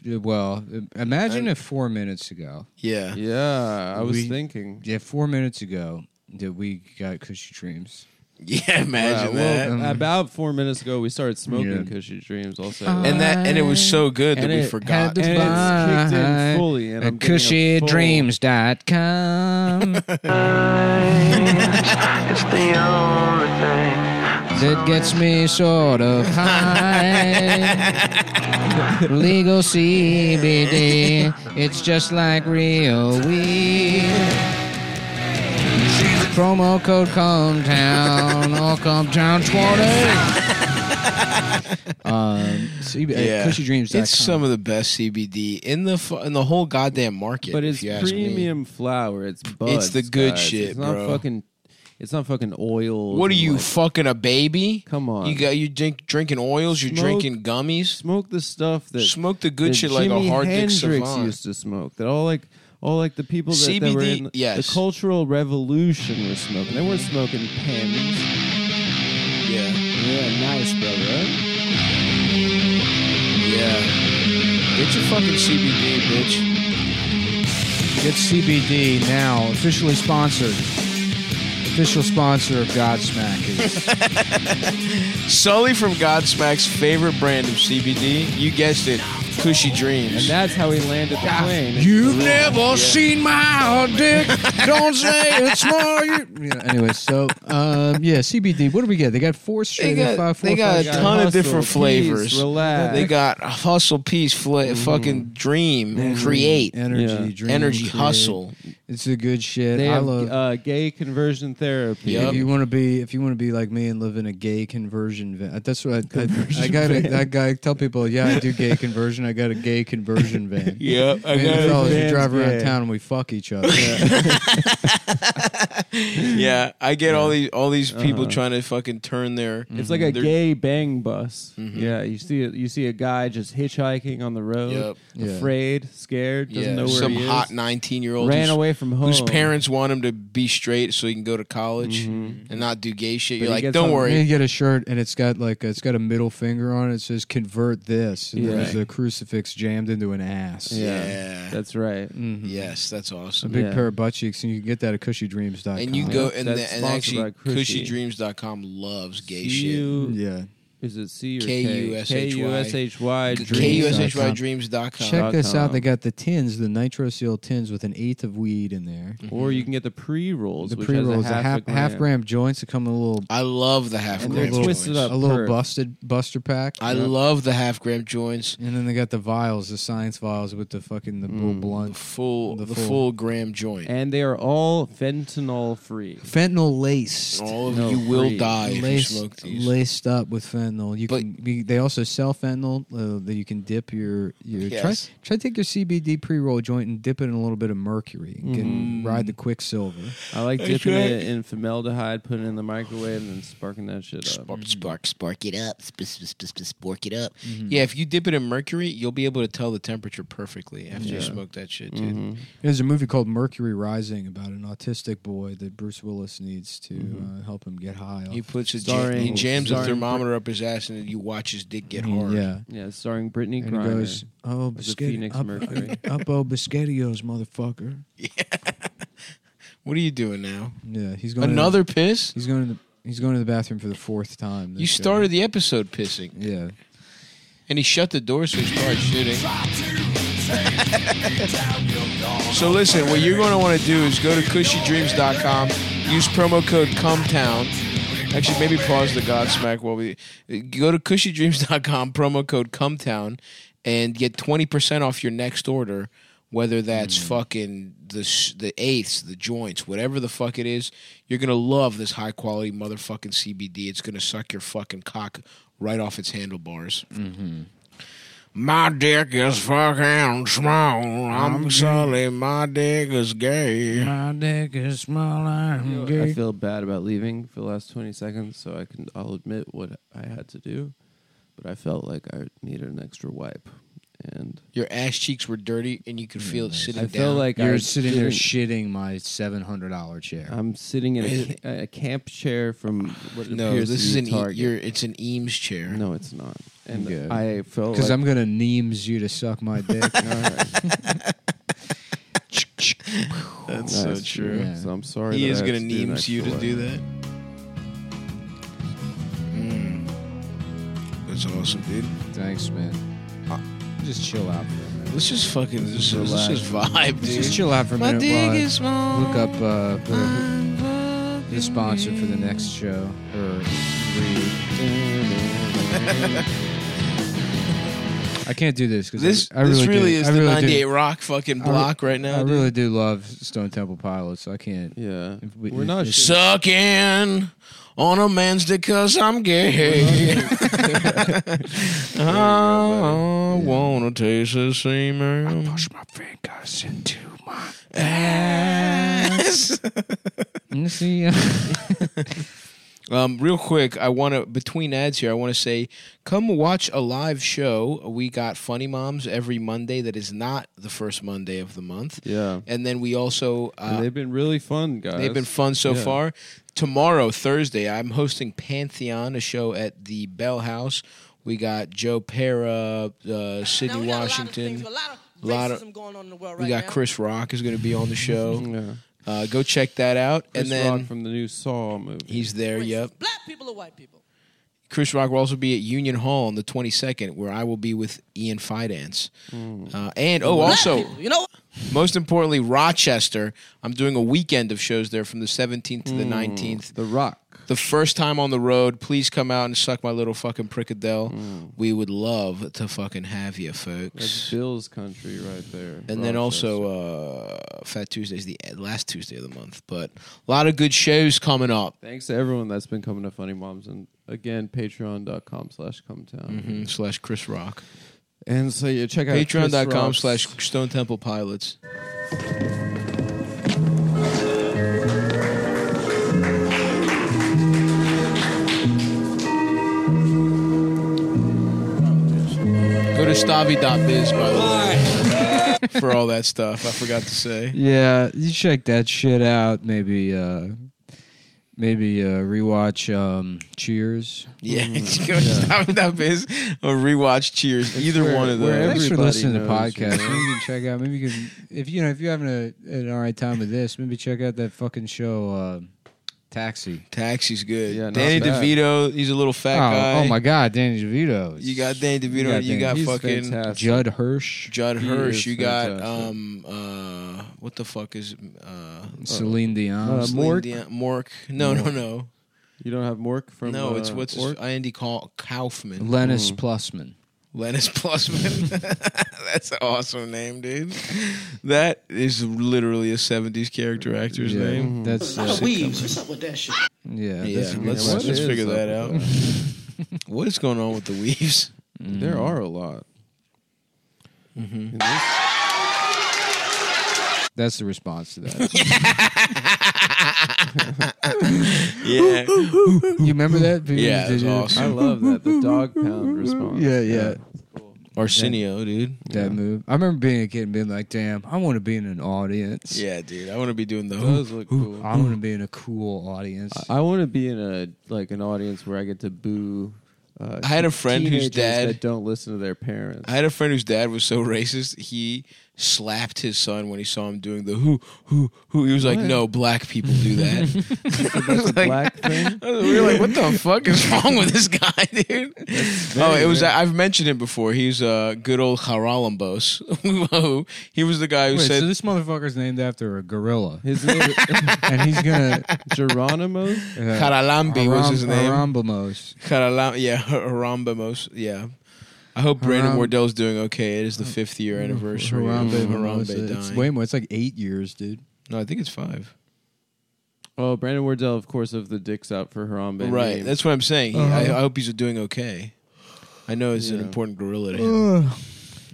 S1: Well, imagine if four minutes ago,
S2: Yeah.
S4: Yeah. I was
S1: We-
S4: thinking.
S1: yeah, four minutes ago that we got cushy dreams.
S2: Yeah, imagine
S4: Wow, Uh, well,
S2: that.
S4: about four minutes ago, we started smoking because she dreams. Also,
S2: And that- and it was so good that
S4: And
S2: we
S4: it
S2: forgot.
S4: had to
S2: And
S4: it's kicked in fully, and
S1: at
S4: I'm getting a full-
S1: cushydreams.com. it's the only thing that gets me sort of high. Legal CBD, it's just like real weed. Promo code Cometown or Cometown 20. um, CB- yeah. cushydreams.com.
S2: It's some of the best CBD in the fu- in the whole goddamn market.
S4: but
S2: if
S4: it's
S2: you ask me.
S4: premium flower. It's buds,
S2: It's the good
S4: guys.
S2: shit,
S4: it's not
S2: bro.
S4: Fucking, it's not fucking oil.
S2: What are you fucking a baby?
S4: Come on,
S2: You got you drink drinking oils. You're
S4: Smoke-
S2: drinking gummies.
S4: Smoke the stuff that
S2: smoke the good
S4: that
S2: shit like
S4: Jimi
S2: a hard
S4: Hendrix
S2: dick savant.
S4: used to smoke. That all like all like the people that, that were
S2: CBD
S4: in
S2: yes.
S4: the Cultural Revolution were smoking. They weren't smoking panties.
S2: Yeah.
S4: Yeah, nice, brother.
S2: Yeah. Get your fucking CBD, bitch.
S1: Get CBD now, officially sponsored. Official sponsor of Godsmack is
S2: Sully from Godsmack's favorite brand of CBD. You guessed it, Cushy
S4: And
S2: Dreams.
S4: that's how he landed the plane.
S1: You've never seen my hard dick. Don't say it's more. You. Yeah, anyway, so um, yeah, CBD. What do we get? They got four straight.
S2: They got,
S1: five, four,
S2: they got a
S1: five
S2: ton
S1: straight.
S2: of different
S4: peace,
S2: flavors.
S4: relax. Mm-hmm.
S2: They got hustle, peace, fla- fucking dream, create,
S1: energy,
S4: Yeah.
S1: dream,
S2: energy,
S1: create.
S2: hustle.
S1: It's the good shit.
S4: They
S1: I
S4: have
S1: love.
S4: uh, gay conversion therapy.
S2: Yup.
S1: If you want to be, if you want to be like me and live in a gay conversion van, uh, that's what I, I, I got. I gotta tell people, yeah, I do gay conversion. I got a gay conversion van.
S2: Yeah, I
S1: Me and the
S2: got it.
S1: fellas, we drive
S4: van's
S1: around
S4: gay.
S1: town and we fuck each other.
S2: yeah, I get all these all these people
S4: Uh-huh.
S2: trying to fucking turn their.
S4: It's like a
S2: their-
S4: gay bang bus.
S2: Mm-hmm.
S4: Yeah, you see a, you see a guy just hitchhiking on the road,
S1: Yep. Yeah.
S4: afraid, scared, doesn't
S2: yeah,
S4: know where
S2: some
S4: he is.
S2: hot nineteen year old
S4: ran away from home.
S2: whose parents want him to be straight so he can go to college and not do gay shit.
S4: Mm-hmm. But
S2: You're
S4: he
S2: like,
S4: gets
S2: don't
S4: on-
S1: And you
S2: worry.
S1: get a shirt and it's got like it's got a middle finger on it. It says "convert this," and then
S4: Yeah.
S1: there's a crucifix jammed into an ass.
S2: Yeah.
S4: That's right.
S2: Yes, that's
S1: A
S2: awesome.
S1: big
S4: Yeah.
S1: pair of butt cheeks, and you can get that at cushydreams.com.
S2: And you go and,
S4: That's
S2: the, and
S4: sponsored
S2: actually,
S4: by Cushy.
S2: cushydreams.com loves gay shit.
S4: U-
S1: yeah,
S4: Is it C or K?
S2: K-U-S-H-Y.
S4: K-U-S-H-Y. dreams.
S1: K-U-S-H-Y.
S2: K-U-S-H-Y-dreams.com.
S1: check this
S4: com.
S1: out. They got the tins, the nitro seal tins with an eighth of weed in there.
S4: Or you can get the pre rolls.
S1: The pre rolls,
S4: a half, a
S1: half gram joints that come in a little,
S2: I love the half
S1: And
S2: gram
S1: they're
S2: joints.
S4: twisted up.
S1: a little
S4: perf.
S1: busted buster pack.
S2: I love the half gram joints.
S1: and then they got the vials, the science vials with the fucking the little blunt
S2: Full the,
S1: The
S2: full,
S1: full-
S2: gram joint.
S4: And they are all fentanyl free.
S1: fentanyl laced.
S2: All of
S4: No,
S2: you will
S4: free.
S2: die if you
S1: laced,
S2: smoke these.
S1: laced up with fentanyl. You
S2: But-
S1: can be, they also sell fentanyl uh, that you can dip your your
S2: Yes.
S1: try try to take your CBD pre roll joint and dip it in a little bit of mercury and can
S2: Mm-hmm.
S1: ride the quicksilver.
S4: I like
S2: That's
S4: dipping
S2: right.
S4: it in formaldehyde, putting it in the microwave, and then sparking that shit up.
S2: Spark, spark, spark it up. Sp- sp- sp- sp- Spork it up. Yeah, if you dip it in mercury, you'll be able to tell the temperature perfectly after you
S4: Yeah.
S2: smoke that shit, dude.
S4: Mhm.
S1: There's a movie called Mercury Rising about an autistic boy that Bruce Willis needs to
S2: Mm-hmm.
S1: uh, help him get high.
S2: He
S1: Off.
S2: puts a
S4: Starring-
S2: he jams a
S4: starring-
S2: thermometer up his ass, and then you watch his dick get hard.
S1: Yeah.
S4: Yeah, starring Brittany
S1: And he
S4: Griner.
S1: goes, oh,
S4: as a
S1: biscuit-
S4: Phoenix
S1: up,
S4: Mercury.
S1: up, oh, biscottios, motherfucker.
S2: What are you doing now?
S1: Yeah, he's going to the-
S2: Another piss?
S1: he's going to the, he's going to the bathroom for the fourth time.
S2: You
S1: this show.
S2: started the episode pissing,
S1: Yeah,
S2: and he shut the door so he started shitting. so listen, what you're going to want to do is go to cushydreams.com, use promo code Cumtown. Actually, maybe pause the Godsmack while we go to cushydreams.com, promo code Cumtown, and get 20% off your next order. Whether that's fucking the s- the eighths, the joints, whatever the fuck it is, you're gonna love this high quality motherfucking CBD. It's gonna suck your fucking cock right off its handlebars. My dick is fucking small.
S12: Mm-hmm.
S2: I'm sorry, my dick is gay.
S1: My dick is smaller.
S4: You know, I feel bad about leaving for the last 20 seconds, so I can I'll admit what I had to do, but I felt like I needed an extra wipe, and
S2: Your ass cheeks were dirty, and you could feel
S12: Mm-hmm.
S2: it sitting
S4: I
S2: down.
S4: feel like I
S1: You're sitting there
S4: didn't-
S1: shitting my seven hundred dollar chair.
S4: I'm sitting in a, a camp chair from what
S2: no,
S4: appears
S2: this
S4: to
S2: is
S4: be
S2: an e-
S4: Target.
S2: you're, it's an Eames chair.
S4: no, it's not, and
S1: Good.
S4: I felt
S1: Because
S4: like
S1: I'm gonna neems you to suck my dick.
S2: that's
S4: Nice. Yeah. So I'm sorry.
S2: He
S4: that
S2: is
S4: I had
S2: gonna
S4: to do an
S2: Eames you to
S4: extra
S2: do
S4: wipe.
S2: that. Mm. That's awesome, dude.
S12: Thanks, man. Just chill out for a minute.
S2: Let's just fucking just, let's
S12: Relax.
S2: just vibe,
S12: Let's
S2: dude.
S12: Just chill out for a
S2: My
S12: minute.
S2: dick
S12: while I
S2: is small.
S12: Look up uh, the, the sponsor for the next show or read. I can't do this because
S2: This
S12: I, I
S2: this
S12: really,
S2: really
S12: do.
S2: is
S12: I
S2: the
S12: really do.
S2: '98 Rock fucking
S12: I re-
S2: block right now.
S12: I
S2: dude.
S12: really do love Stone Temple Pilots, so I can't.
S4: Yeah,
S12: we,
S4: We're not
S12: it's-
S2: Sucking on a man's dick because I'm gay. I wanna taste the semen. I push my fingers into my ass.
S12: You see, uh,
S2: Um, real quick, I want to between ads here. I want to say, come watch a live show. We got Funny Moms every Monday. That is not the first Monday of the month.
S4: yeah.
S2: And then we also uh,
S4: And they've been really fun, guys.
S2: They've been fun so
S4: Yeah.
S2: far. Tomorrow, Thursday, I'm hosting Pantheon, a show at the Bell House. We got Joe Pera, uh, Sidney Washington. A lot of, we got Chris Rock is going to be on the show.
S4: Yeah.
S2: Uh, go check that out,
S4: Chris
S2: and then
S4: Rock from the new Saw movie.
S2: he's there. Yep.
S7: Black people or white people?
S2: Chris Rock will also be at Union Hall on the 22nd, where I will be with Ian Fidance.
S4: Hmm.
S2: Uh, and oh,
S7: Black
S2: also,
S7: people, you know what?
S2: most importantly, Rochester. I'm doing a weekend of shows there from the 17th to the
S4: Hmm.
S2: 19th.
S4: The Rock.
S2: The first time on the road, please come out and suck my little fucking prickadell. We would love to fucking have you, folks.
S4: That's Bill's country right there.
S2: And then also uh, Fat Tuesday's the last Tuesday of the month, but a lot of good shows coming up.
S4: Thanks to everyone that's been coming to Funny Moms. And again, patreon.com slash cometown.
S2: hmm slash Chris Rock.
S4: And so you check out Chris
S2: Patreon.com
S4: Rock's-
S2: slash Stone Temple Pilots. Go to stavi.biz, by the way, for all that stuff. I forgot to say.
S12: yeah, you check that shit out. Maybe, uh, maybe uh, rewatch um, Cheers.
S2: Yeah, go to stavi.biz or rewatch Cheers. Either
S4: where-
S2: one of those.
S4: where
S12: Thanks for
S4: everybody
S12: listening to
S4: knows,
S12: podcast.
S4: you know?
S12: maybe you can check out. Maybe you can, if you know, if you're having
S1: uh,
S12: a, an all right time with this, maybe check out that fucking show, uh, Taxi.
S2: Taxi's good.
S4: Yeah, not
S2: Danny
S4: bad.
S2: DeVito, he's a little
S12: Oh,
S2: fat guy.
S12: oh my God, Danny DeVito.
S2: You got Danny DeVito,
S12: Yeah,
S2: you
S12: Danny-
S2: got
S4: He's
S2: fucking
S4: fantastic.
S12: Judd Hirsch,
S2: Judd
S4: He
S2: Hirsch.
S4: is
S2: You got
S4: fantastic.
S2: um uh what the fuck is uh
S12: Celine Dion.
S4: Uh,
S2: Celine
S4: Mork?
S2: Dion- Mork. No, no, no.
S4: You don't have Mork from
S2: no, it's
S4: uh,
S2: what's his,
S4: Ork?
S2: Andy call Kaufman.
S12: Lennis Plusman.
S2: Lennis Plusman. That's an awesome name, dude. That is literally a 70s character actor's
S12: Yeah,
S2: name.
S12: That's uh,
S7: Weaves. What's up with that shit?
S12: yeah.
S2: Yeah,
S12: that's a good
S2: let's,
S12: one.
S4: what
S2: let's
S4: is
S2: figure
S4: up
S2: that out.
S4: with
S2: what is going on with the weaves?
S12: Mm.
S4: There are a lot.
S12: That's the response to that.
S2: Yeah.
S12: you remember that?
S2: Yeah, it was
S12: Did you-
S2: awesome.
S4: I love that. The dog pound response.
S12: Yeah, yeah.
S2: Arsenio, dude.
S12: That move. I remember being a kid and being like, "Damn, I want to be in an audience.
S2: Yeah, dude. I want to be doing
S4: Those
S2: those.
S4: look cool.
S2: Mm.
S12: I want to be in a cool audience."
S4: I want to be in a like an audience where I get to boo. Uh,
S2: I had a friend whose
S4: teenagers
S2: dad-
S4: that don't listen to their parents.
S2: I had a friend whose dad was so racist, he slapped his son when he saw him doing the who, who, who. He was like, no, black people do that.
S4: That's a black thing.
S2: we were like, what the fuck is wrong with this guy, dude? Oh, it was, I've mentioned it before. He's uh, good old Haralambos. Who- he was the guy who
S12: Wait,
S2: said,
S12: so this motherfucker's named after a gorilla,
S4: His name
S12: and he's gonna
S4: Geronimo.
S12: uh,
S2: Haralambi was his name.
S12: Arambamos.
S2: Haralam, yeah, Harambamos, yeah. I hope Brandon
S12: Haram-
S2: Wardell's doing okay. It is the fifth year anniversary of
S12: Harambe
S2: Harambe
S12: Mimosa. It's
S2: dying.
S12: way more. It's like eight years, dude.
S2: no, I think it's five.
S4: Oh, Brandon Wardell, of course, of the dicks out for Harambe.
S2: Right.
S4: Name.
S2: That's what I'm saying. He, I, I
S12: Uh-huh.
S2: hope he's doing okay. I know it's an
S4: Yeah.
S2: important gorilla to him.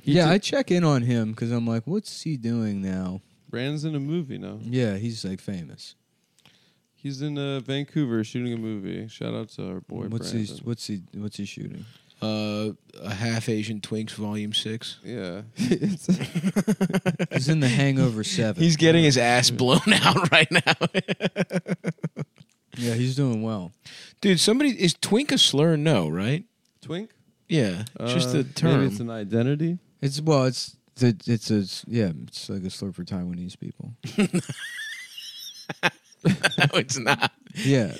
S12: yeah,
S4: did-
S12: I check in on him because I'm like, what's he doing now?
S4: Brandon's in a movie now.
S12: Yeah, he's like famous.
S4: He's in uh, Vancouver shooting a movie. Shout out to our boy.
S12: what's
S4: Brandon.
S12: he? What's he? What's he shooting?
S2: Uh, a half Asian Twinks, Volume Six.
S4: Yeah. It's-
S12: He's in The Hangover Seven.
S2: He's getting his ass blown out right now,
S12: yeah, he's doing well.
S2: dude. Somebody is twink a slur? No, right?
S4: Twink.
S2: Yeah, it's just
S4: Uh,
S2: a term.
S4: Maybe it's an identity.
S12: It's well, it's the it's a yeah, it's like a slur for Taiwanese people.
S2: no, it's not.
S12: Yeah,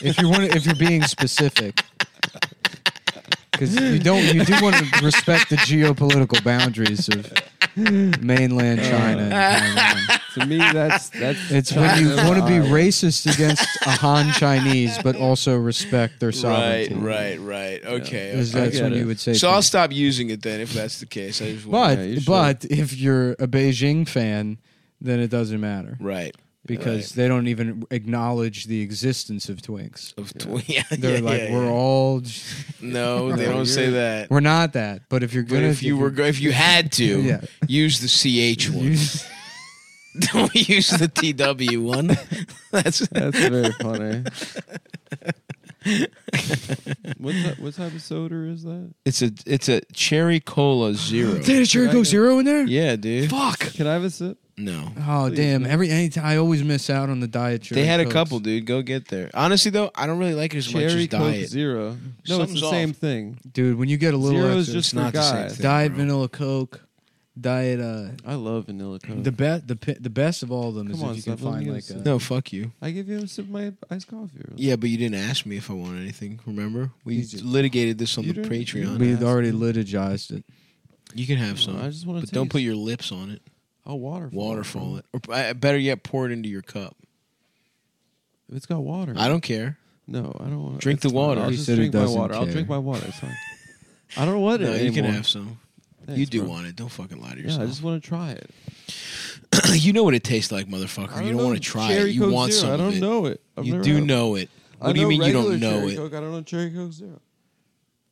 S12: if you want, if you're being specific, because you don't you do want to respect the geopolitical boundaries of mainland China. and
S2: Uh.
S12: Taiwan.
S4: to me, that's that's
S12: It's when you
S4: that's
S12: want to be
S4: wild.
S12: racist against a Han Chinese, but also respect their
S2: Right,
S12: sovereignty.
S2: right, right. Okay,
S12: Is
S2: okay.
S12: that's when you would say
S2: So I'll
S12: things.
S2: stop using it then, if that's the case. I just
S12: But
S2: wanted-
S12: but if you're a Beijing fan, then it doesn't matter,
S2: right?
S12: Because
S2: Right.
S12: they don't even acknowledge the existence of twinks.
S2: Of twi- yeah,
S12: they're
S2: yeah,
S12: like
S2: yeah,
S12: we're
S2: yeah."
S12: all.
S2: No, they don't say
S12: you're-
S2: that.
S12: We're not that. But if you're
S2: But
S12: gonna,
S2: if you were, go- if you had to,
S12: Yeah.
S2: use the ch one. Don't use the tw one. That's
S4: That's very funny. what, type, what type of soda is that?
S2: It's a it's a cherry cola zero.
S12: Did a cherry
S4: Coke
S12: go zero in there?
S2: Yeah, dude.
S12: Fuck.
S4: Can I have a sip?
S2: No.
S12: Oh damn! Every any, I always miss out on the diet.
S2: They
S12: Cherry
S2: had a
S12: Cokes.
S2: couple, dude. Go get there. Honestly, though, I don't really like it as much
S4: Cherry
S2: as
S4: Coke
S2: diet.
S4: Zero. No, it's
S2: Something's
S4: the
S2: off.
S4: same thing.
S12: dude. When you get a little
S4: Zero is
S12: extra,
S4: just for guys.
S12: diet vanilla Coke, diet. Uh,
S4: I love vanilla Coke.
S12: the best, the pi- the best of all of them is
S4: Come on,
S12: if you can
S4: Steph, let me
S12: find
S4: get a
S12: like
S4: sip.
S12: a,
S2: No, fuck you.
S4: I give you a sip of my iced coffee.
S2: Yeah, but you didn't ask me if I wanted anything. Remember, we
S12: You just-
S2: litigated this on
S4: You
S2: the
S4: didn't-
S2: Patreon.
S12: we had already litigized it.
S2: you can have some.
S4: I just wanna
S2: but don't
S4: taste.
S2: put your lips on it.
S4: Oh, waterfall.
S2: Waterfall it, or uh, better yet, pour it into your cup.
S4: If it's got water.
S2: I don't care.
S4: No, I don't want to.
S2: Drink the water.
S4: I'll
S12: He
S4: just
S12: said he
S4: drink my
S12: doesn't
S4: water. I'll
S12: care.
S4: drink my water. It's fine. I don't want it
S2: No, you
S4: anymore.
S2: can have some. you
S4: Thanks,
S2: do
S4: bro.
S2: want it. Don't fucking lie to
S4: Yeah, I
S2: yourself.
S4: just want to try it.
S2: you know what it tastes like, motherfucker.
S4: I
S2: you don't
S4: know
S2: want to try
S4: Cherry
S2: it. You
S4: Coke
S2: want
S4: Zero.
S2: some.
S4: I
S2: of
S4: don't
S2: it.
S4: know it. I've
S2: you
S4: never
S2: do
S4: had it.
S2: know it.
S4: I
S2: What do you
S4: know
S2: mean you
S4: regular
S2: don't know
S4: Cherry
S2: it?
S4: Coke. I don't know Cherry Coke Zero.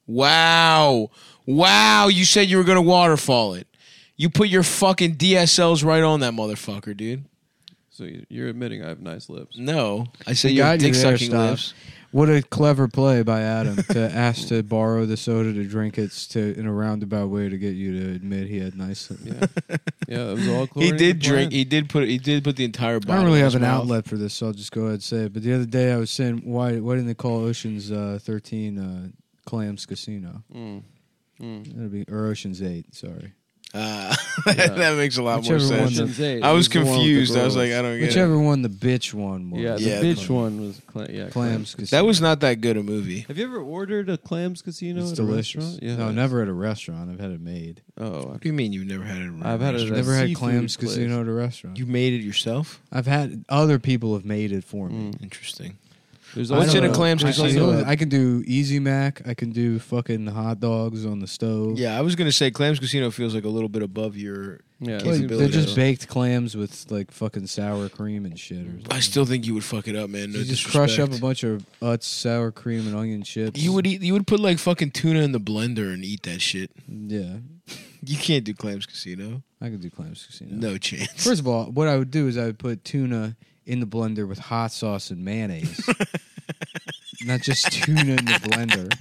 S2: Wow. Wow. You said you were going to waterfall it. You put your fucking DSLs right on that motherfucker, dude.
S4: So you- you're admitting I have nice lips.
S2: No. I
S12: We
S2: said you have
S12: got you
S2: dick
S12: there,
S2: sucking
S12: Stav.
S2: lips.
S12: What a clever play by Adam to ask to borrow the soda to drink it to in a roundabout way to get you to admit he had nice.
S4: Yeah, yeah, it was all.
S2: He
S4: chlorinated
S2: did drink.
S4: plant.
S2: He did put. He did put the entire
S12: I
S2: bottle.
S12: don't really
S2: in
S12: have
S2: his
S12: an
S2: mouth.
S12: outlet for this, so I'll just go ahead and say it. But the other day I was saying, why why didn't they call Ocean's uh, 13 uh, Clams Casino?
S4: Mm. Mm.
S12: That'd be or Ocean's 8, sorry.
S2: Uh,
S4: Yeah.
S2: that makes a lot
S12: Whichever
S2: more
S12: one
S2: sense.
S4: Ocean's Eight
S2: I was
S4: is the one with the
S2: confused. I was
S4: girls.
S2: like, I don't get it.
S12: Whichever one the bitch one was.
S4: Yeah, the
S2: Yeah,
S4: bitch one was cla- yeah,
S12: Clams Casino.
S2: That was not that good a movie.
S4: Have you ever ordered a clams casino?
S12: It's
S4: at a
S12: delicious.
S4: restaurant? Yeah,
S12: no,
S4: it's-
S12: never at a restaurant. I've had it made.
S4: Oh,
S2: What do you mean you've never had it?
S4: I've had it
S2: restaurant?
S4: at a
S12: never had
S4: seafood
S12: Clams
S4: place.
S12: Casino at a restaurant.
S2: You made it yourself?
S12: I've had other people have made it for
S2: Mm.
S12: me.
S2: Interesting.
S4: There's
S2: What's in
S4: also
S2: a clams
S12: Mm. I,
S4: there's
S2: casino?
S4: also
S12: I,
S4: a-
S12: I can do Easy Mac. I can do fucking hot dogs on the stove.
S2: Yeah, I was gonna say Clams Casino feels like a little bit above your.
S4: Yeah,
S12: Like,
S2: capability.
S12: they're just baked clams with like fucking sour cream and shit. Or
S2: I still think you would fuck it up, man. No
S12: you just
S2: disrespect.
S12: crush up a bunch of Utz sour cream and onion chips.
S2: You would eat. You would put like fucking tuna in the blender and eat that shit.
S12: yeah.
S2: You can't do Clams Casino.
S12: I could do clams casino.
S2: No chance.
S12: First of all, what I would do is I would put tuna in the blender with hot sauce and mayonnaise, not just tuna in the blender.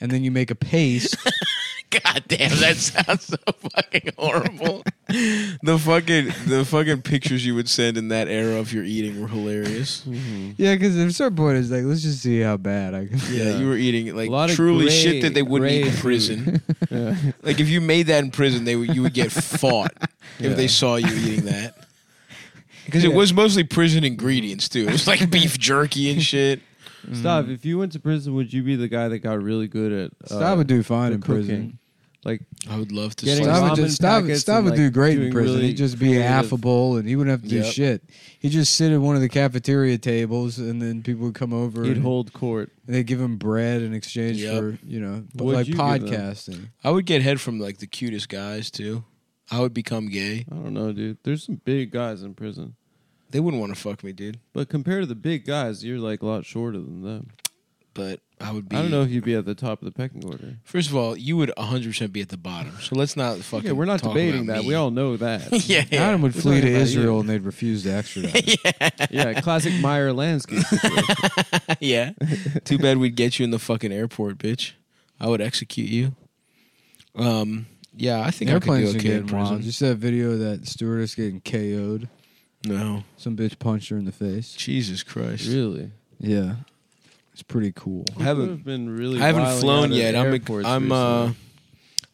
S12: And then you make a paste.
S2: God damn, that sounds so fucking horrible. the fucking the fucking pictures you would send in that era of your eating were hilarious.
S12: Mm. yeah, because at a certain point, it's like, let's just see how bad I can.
S2: Yeah, you were eating like
S4: A lot of
S2: truly
S4: gray-
S2: shit that they wouldn't eat
S4: gray
S2: in
S4: food.
S2: prison.
S4: yeah.
S2: like if you made that in prison, they would you would get fought
S4: Yeah.
S2: if they saw you eating that. Because it was mostly prison ingredients too. It was like beef jerky and shit.
S4: Stav,
S12: Mm-hmm.
S4: if you went to prison, would you be the guy that got really good at? Uh,
S12: Stav would do fine
S4: the
S12: in
S4: cooking?
S12: prison.
S4: Like
S2: I would love to.
S4: Getting
S2: slice-
S12: Stav would,
S4: ramen
S12: just, Stav,
S4: packets
S12: Stav
S4: and,
S12: would
S4: like,
S12: do great in
S4: doing
S12: prison.
S4: really
S12: He'd just be
S4: creative-
S12: affable and he wouldn't have to do
S2: Yep.
S12: shit. He'd just sit at one of the cafeteria tables and then people would come over
S4: he'd
S12: and
S4: hold court.
S12: they give him bread in exchange
S2: Yep.
S12: for, you know, but
S4: What'd
S12: like
S4: you give them?
S12: podcasting.
S2: I would get head from like the cutest guys too. I would become gay.
S4: I don't know, dude. There's some big guys in prison,
S2: They wouldn't want to fuck me, dude.
S4: but compared to the big guys, you're like a lot shorter than them.
S2: But I would be.
S4: I don't know if you'd be at the top of the pecking order.
S2: First of all, you would 100 percent be at the bottom. So let's not fucking.
S4: Okay, we're not
S2: talk
S4: debating
S2: about
S4: that.
S2: me.
S4: We all know that.
S2: yeah, yeah.
S12: Adam would
S4: We're
S12: flee to
S4: talking about
S12: Israel
S4: you.
S12: and they'd refuse to extradite. him.
S4: yeah, classic Meyer Lansky.
S2: yeah. Too bad we'd get you in the fucking airport, bitch. I would execute you. Um. Yeah, I think
S12: Airplanes
S2: I
S12: are
S2: could do okay in
S12: getting wild.
S2: prison.
S12: Just that video of that stewardess getting KO'd.
S2: No,
S12: Some bitch punched her in the face.
S2: Jesus Christ.
S4: really.
S12: Yeah. It's pretty cool.
S4: I haven't been really.
S2: I haven't
S4: wiling out
S2: flown
S4: at
S2: yet. I'm.
S4: airports
S2: I'm. Uh,
S4: recently.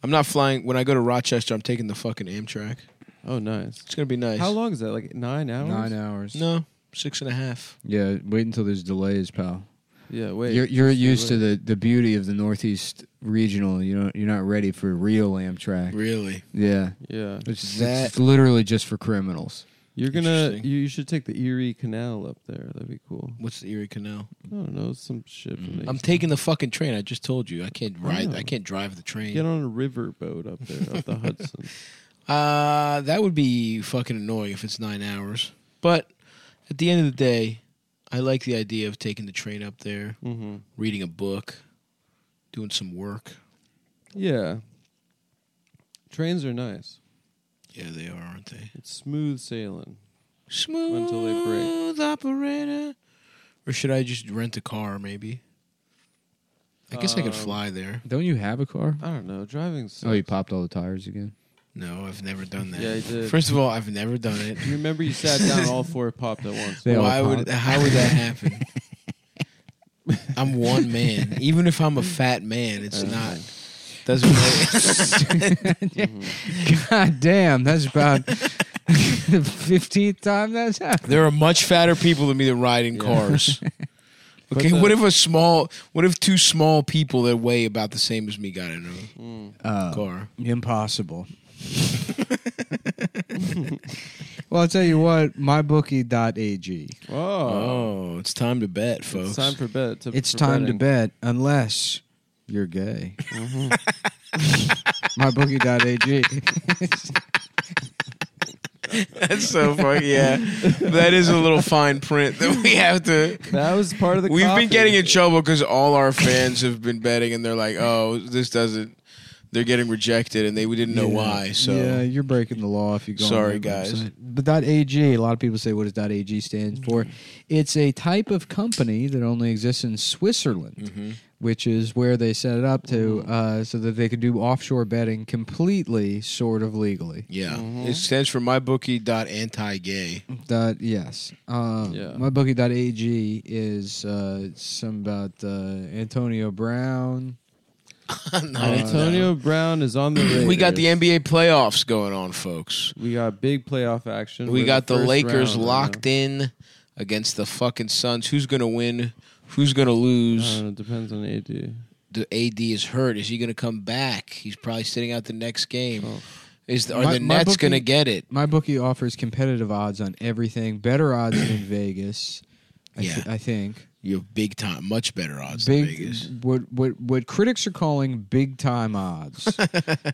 S2: I'm not flying. When I go to Rochester, I'm taking the fucking Amtrak.
S4: Oh, nice.
S2: It's gonna be nice.
S4: How long is that? Like nine hours.
S12: Nine hours.
S2: No, six and a half.
S12: Yeah, wait until there's delays, pal.
S4: Yeah, wait.
S12: you're you're
S4: Just
S12: used
S4: wait.
S12: to the, the beauty of the Northeast
S1: regional. You don't. You're not ready for real Amtrak.
S2: Really?
S1: Yeah.
S4: Yeah.
S1: It's, it's
S4: That-
S1: literally just for criminals.
S4: You're gonna. You, you should take the Erie Canal up there. That'd be cool.
S2: What's the Erie Canal?
S4: I don't know. Some shit. from the-
S2: Mm. I'm taking the fucking train. I just told you I can't ride.
S4: Yeah.
S12: Oh.
S2: I can't drive the train.
S4: Get on a river boat up there, up the Hudson.
S2: Uh, that would be fucking annoying if it's nine hours. But at the end of the day, I like the idea of taking the train up there,
S4: Mhm.
S2: reading a book, doing some work.
S4: Yeah. Trains are nice.
S2: Yeah, they are, aren't they?
S4: It's smooth sailing.
S2: Smooth
S4: until they break.
S2: operator. Or should I just rent a car? Maybe. I guess I could
S4: Um,
S2: fly there.
S1: Don't you have a car?
S4: I don't know. Driving's.
S1: Oh, you popped all the tires again.
S2: No, I've never done that.
S4: Yeah, I did.
S2: First of all, I've never done it.
S4: You remember you sat down, all four popped at once.
S1: They all
S2: Why would?
S1: popped.
S2: How would that happen? I'm one man. Even if I'm a fat man, it's not. Doesn't really.
S1: God damn, that's about the fifteenth time that's happened.
S2: there are much fatter people than me that ride in cars.
S1: But
S2: Okay,
S1: the-
S2: what if a small? What if two small people that weigh about the same as me got in a
S1: Uh,
S2: car?
S1: Impossible.
S12: Well, I'll tell you what, mybookie.ag.
S4: Oh,
S2: Oh, it's time to bet, folks.
S4: it's time for bet. To,
S12: It's
S4: for
S12: time
S4: betting. Mm-hmm.
S12: to bet unless you're gay. mybookie.ag.
S2: That's so funny. Yeah, that is a little fine print that we have to.
S4: That was part of the.
S2: We've
S4: coffee.
S2: been getting in trouble because all our fans have been betting, and they're like, "Oh, this doesn't." They're getting rejected, and they we didn't know why. So
S12: yeah, Uh, you're breaking the law if you go. on
S2: Sorry,
S12: that
S2: guys.
S12: website. But .ag, a lot of people say, "What does .ag stand for?" It's a type of company that only exists in Switzerland, which is where they set it up to, uh, so that they could do offshore betting completely, sort of legally.
S2: yeah, it stands for mybookie.anti-gay.
S12: That yes, uh,
S4: Yeah.
S12: mybookie.ag is uh, some about uh, Antonio Brown.
S4: Antonio Brown is on the.
S2: we got the
S4: Raiders.
S2: NBA playoffs going on, folks.
S4: We got big playoff action.
S2: We
S4: We're
S2: got the
S4: first
S2: Lakers
S4: round, I
S2: locked in against the fucking Suns. Who's gonna win? Who's gonna
S4: know.
S2: lose?
S4: Uh, it depends on AD.
S2: the AD is hurt. Is he going to come back? He's probably sitting out the next game. Is the, are
S12: My-
S2: the
S12: my
S2: Nets
S12: bookie-
S2: going to get it?
S12: My bookie offers competitive odds on everything, better odds than Vegas. I,
S2: Yeah.
S12: th- I think.
S2: You have big time, much better odds
S12: big
S2: than Vegas.
S12: what what what critics are calling big time odds.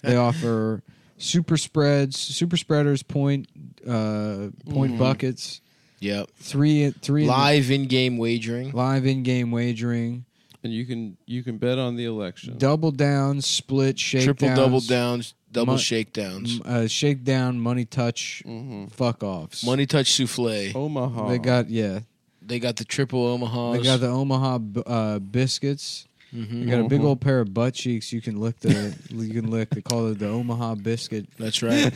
S12: they offer super spreads, super spreaders, point uh, point buckets,
S2: Yep.
S12: three three in the-
S2: Mm-hmm. Live in game wagering.
S12: live in game wagering,
S4: And you can you can bet on the election.
S12: double downs, split shake,
S2: Triple double downs, double
S12: Mon-
S2: shakedowns.
S12: uh, shake down, money touch,
S4: Mhm.
S12: fuck offs.
S2: Mm-hmm. Money touch souffle.
S4: Omaha.
S12: They got yeah.
S2: They got the triple Omaha.
S12: They got the Omaha b- uh, biscuits.
S2: Mm-hmm.
S12: They got a big old pair of butt cheeks. You can lick the. you can lick. They call it the Omaha biscuit
S2: That's right.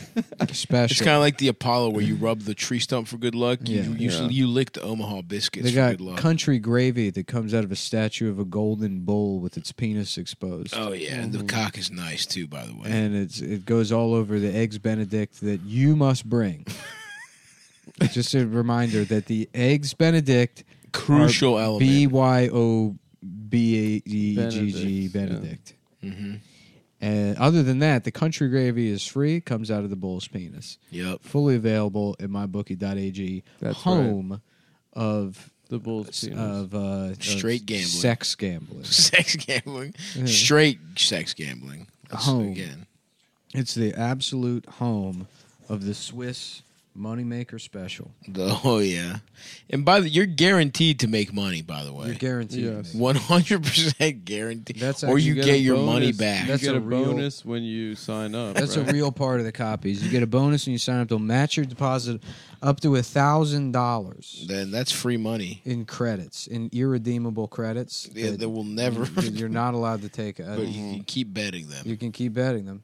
S12: special.
S2: it's kind of like the Apollo where you rub the tree stump for good luck. You,
S12: Yeah.
S2: you,
S4: Yeah.
S2: you lick the Omaha biscuits
S12: They
S2: for
S12: got
S2: good luck.
S12: country gravy that comes out of a statue of a golden bull with its penis exposed.
S2: oh, yeah. And the cock is nice, too, by the way.
S12: And it's it goes all over the eggs Benedict that you must bring. Just a reminder that the eggs Benedict
S2: Crucial element.
S12: B Y O B A E G G
S4: Benedict,
S12: Benedict.
S2: hmm
S12: And other than that, the country gravy is free. Comes out of the bull's penis.
S2: Yep.
S12: Fully available at mybookie.ag.
S4: That's
S12: home of
S4: the Bulls. Uh,
S12: of uh, of
S2: Straight gambling.
S12: sex gambling.
S2: sex gambling,
S12: Yeah. Oh.
S2: straight sex gambling. That's-
S12: Home.
S2: Again,
S12: It's the absolute home of the Swiss moneymaker special.
S2: the, oh yeah, and by the you're guaranteed to make money. By the
S12: You're
S2: way,
S12: guaranteed. to
S4: Yes.
S12: make it.
S2: one hundred percent guaranteed.
S12: That's
S2: or
S12: actually-
S2: you
S12: you
S2: get,
S12: get a
S2: your
S4: bonus-
S2: money back.
S4: You
S12: That's
S4: get
S12: a
S4: a,
S12: real-
S4: bonus when you sign up.
S12: That's
S4: right?
S12: a real part of the copies. You get a bonus and you sign up. They'll match your deposit up to a thousand dollars
S2: then that's free money.
S12: in credits, in irredeemable credits.
S2: Yeah,
S12: that
S2: that will never.
S12: you're not allowed to take.
S2: but
S12: A,
S2: you can keep betting them.
S12: you can keep betting them.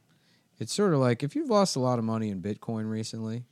S12: It's sort of like if you've lost a lot of money in Bitcoin recently,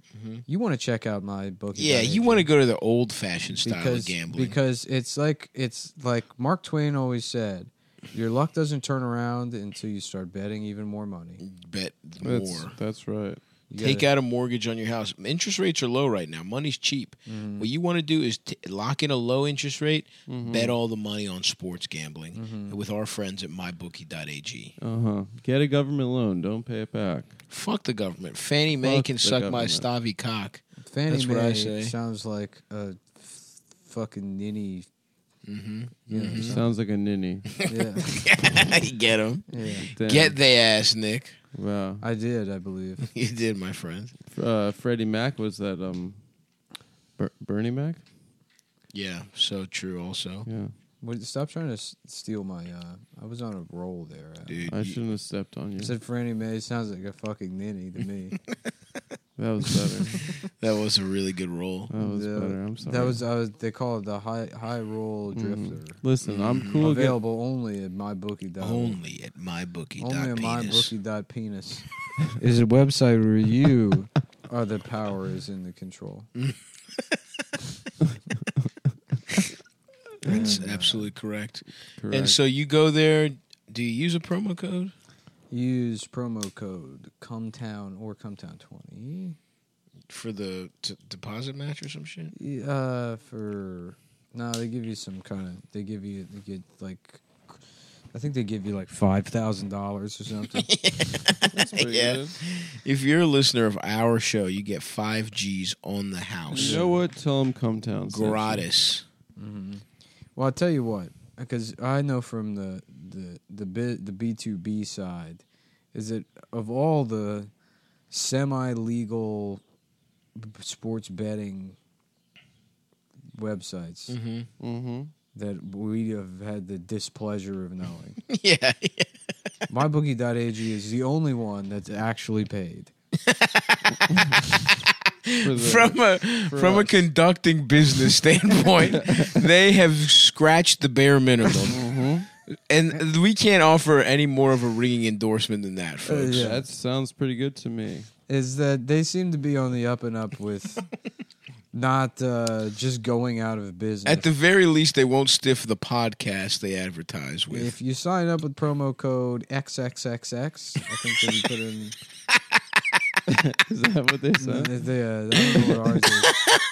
S12: you want to check out my bookie.
S2: Mm-hmm. Yeah, you want to go to the old fashioned style
S12: because
S2: of gambling.
S12: because it's like it's like Mark Twain always said, your luck doesn't turn around until you start betting even more money.
S2: bet more.
S4: That's, that's right.
S12: You
S2: Take
S12: gotta-
S2: out a mortgage on your house. Interest rates are low right now. Money's cheap.
S12: Mm-hmm.
S2: What you want to do is t- lock in a low interest rate, bet all the money on sports gambling
S12: Mm-hmm.
S2: with our friends at mybookie.ag.
S4: Uh huh. Get a government loan. Don't pay it back.
S2: Fuck the government. Fannie Mae
S4: Fuck
S2: can
S4: the
S2: suck my
S4: government.
S2: Stavi cock.
S12: Fannie
S2: That's
S12: Mae
S2: what I say.
S12: sounds like a f- fucking ninny.
S2: Mm-hmm.
S12: You know what I'm saying?
S4: Sounds like a ninny.
S12: Yeah.
S2: Get him.
S4: Damn.
S2: Get the ass, Nick.
S4: Wow.
S12: I did, I believe.
S2: You did, my friend.
S4: Uh, Freddie Mac was that um, Ber- Bernie Mac.
S2: Yeah, so true. Also,
S4: Yeah.
S12: Wait, stop trying to s- steal my. Uh, I was on a roll there. Adam.
S2: dude,
S4: I
S2: you-
S4: shouldn't have stepped on you.
S12: I said Franny Mae sounds like a fucking ninny to me.
S4: That was better.
S2: that was a really good roll.
S4: That was
S12: Yeah.
S4: better. I'm sorry. Mm-hmm.
S12: That was, I was they call it the high high roll drifter.
S4: Listen,
S2: Mm-hmm.
S4: I'm cool. again-
S12: Available only at mybookie.
S2: Only at mybookie.
S12: Only
S2: dot
S12: at
S2: penis.
S12: mybookie.penis is a website where you are the power is in the control.
S2: That's
S12: And, uh,
S2: absolutely correct. And
S12: Correct.
S2: so you go there. Do you use a promo code?
S12: Use promo code Cumtown or Cumtown20
S2: for the t- deposit match or some shit?
S12: uh, for. No, they give you some kind of. They give you. They get like. I think they give you like five thousand dollars or something.
S2: yeah. If you're a listener of our show, you get five G's on the house.
S4: You know what? Tell him come down.
S2: Gratis.
S12: Well, I'll tell you what, because I know from the the the bit the B two B side, is that of all the semi legal sports betting websites
S4: Mm-hmm.
S12: that we have had the displeasure of knowing,
S2: yeah.
S12: mybookie.ag is the only one that's actually paid.
S2: From a from a conducting business standpoint, they have scratched the bare minimum.
S4: Mm-hmm.
S2: And we can't offer any more of a ringing endorsement than
S4: Uh,
S2: that, folks.
S12: yeah.
S4: That sounds pretty good to me.
S12: is that they seem to be on the up and up with not uh, just going out of business.
S2: At the very least, they won't stiff the podcast they advertise with.
S12: if you sign up with promo code XXXX, I think they put in.
S4: Is that what they
S12: no,
S4: said?
S12: they, uh, I don't know what ours is.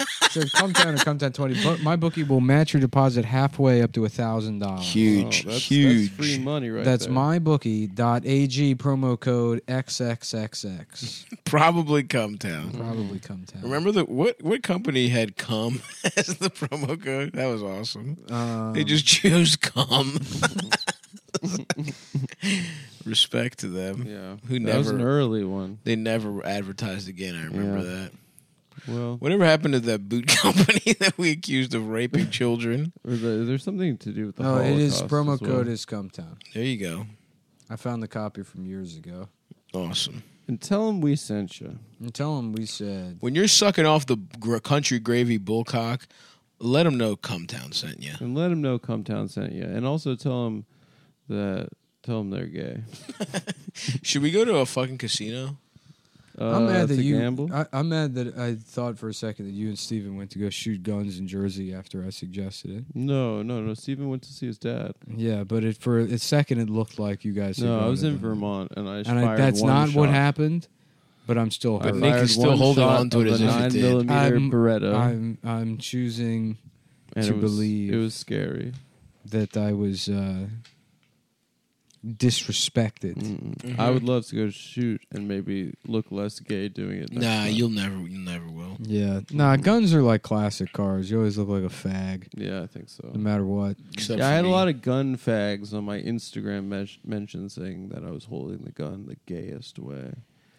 S12: It said, come down or come down 20. But my bookie will match your deposit halfway up to $1,000.
S2: Huge,
S4: Oh, that's,
S2: huge.
S4: That's free money right
S12: That's
S4: there.
S12: mybookie.ag promo code XXXX.
S2: Probably come
S4: Mm-hmm.
S2: town.
S4: Hmm.
S12: Probably come down.
S2: Remember the what what company had cum as the promo code? That was awesome.
S12: Um,
S2: they just chose cum. Respect to them.
S4: Yeah.
S2: Who
S4: that was an
S2: never
S4: early one.
S2: they never advertised again. I remember
S4: Yeah.
S2: that.
S4: Well,
S2: Whatever happened to that boot company that we accused of raping children?
S4: or the, there's something to do with the.
S12: No, it is
S4: Holocaust
S12: promo
S4: as well.
S12: code is come down.
S2: There you go.
S12: I found the copy from years ago.
S2: Awesome.
S4: And tell him we sent you.
S12: And tell them we said
S2: When you're sucking off the gr- country gravy bullcock, let them know Cumtown sent you.
S4: and let him know come town sent you and also tell him that tell him they're gay
S2: Should we go to a fucking casino?
S4: uh,
S12: I'm mad that
S4: to
S12: you.
S4: gamble
S12: I, I'm mad that I thought for a second that you and Steven went to go shoot guns in Jersey after I suggested it.
S4: no no no steven went to see his dad
S12: Yeah, but it, for a second it looked like you guys. had
S4: no i
S12: gone
S4: was
S12: to
S4: in
S12: the-
S4: vermont and i,
S12: and I,
S4: fired
S12: that's
S4: one
S12: not what
S4: shot.
S12: happened. But I'm still
S4: I
S12: hurt.
S2: Nick
S4: fired
S2: is still
S4: one
S2: holding
S4: shot
S2: on to it
S4: of
S2: as
S4: a
S2: if it
S4: nine
S2: did.
S4: millimeter
S12: I'm,
S4: Beretta,
S12: I'm I'm choosing
S4: and
S12: to
S4: it was,
S12: believe
S4: it was scary.
S12: that I was uh, disrespected.
S4: Mm.
S2: Mm-hmm.
S4: I would love to go shoot and maybe look less gay doing it. next
S2: Nah,
S4: time.
S2: you'll never, you never will.
S12: Yeah, nah, guns are like classic cars. You always look like a fag,
S4: yeah, I think so.
S12: no matter what.
S2: Except
S4: Yeah, I
S2: for
S4: had a
S2: me.
S4: lot of gun fags on my Instagram mes- mention saying that I was holding the gun the gayest way,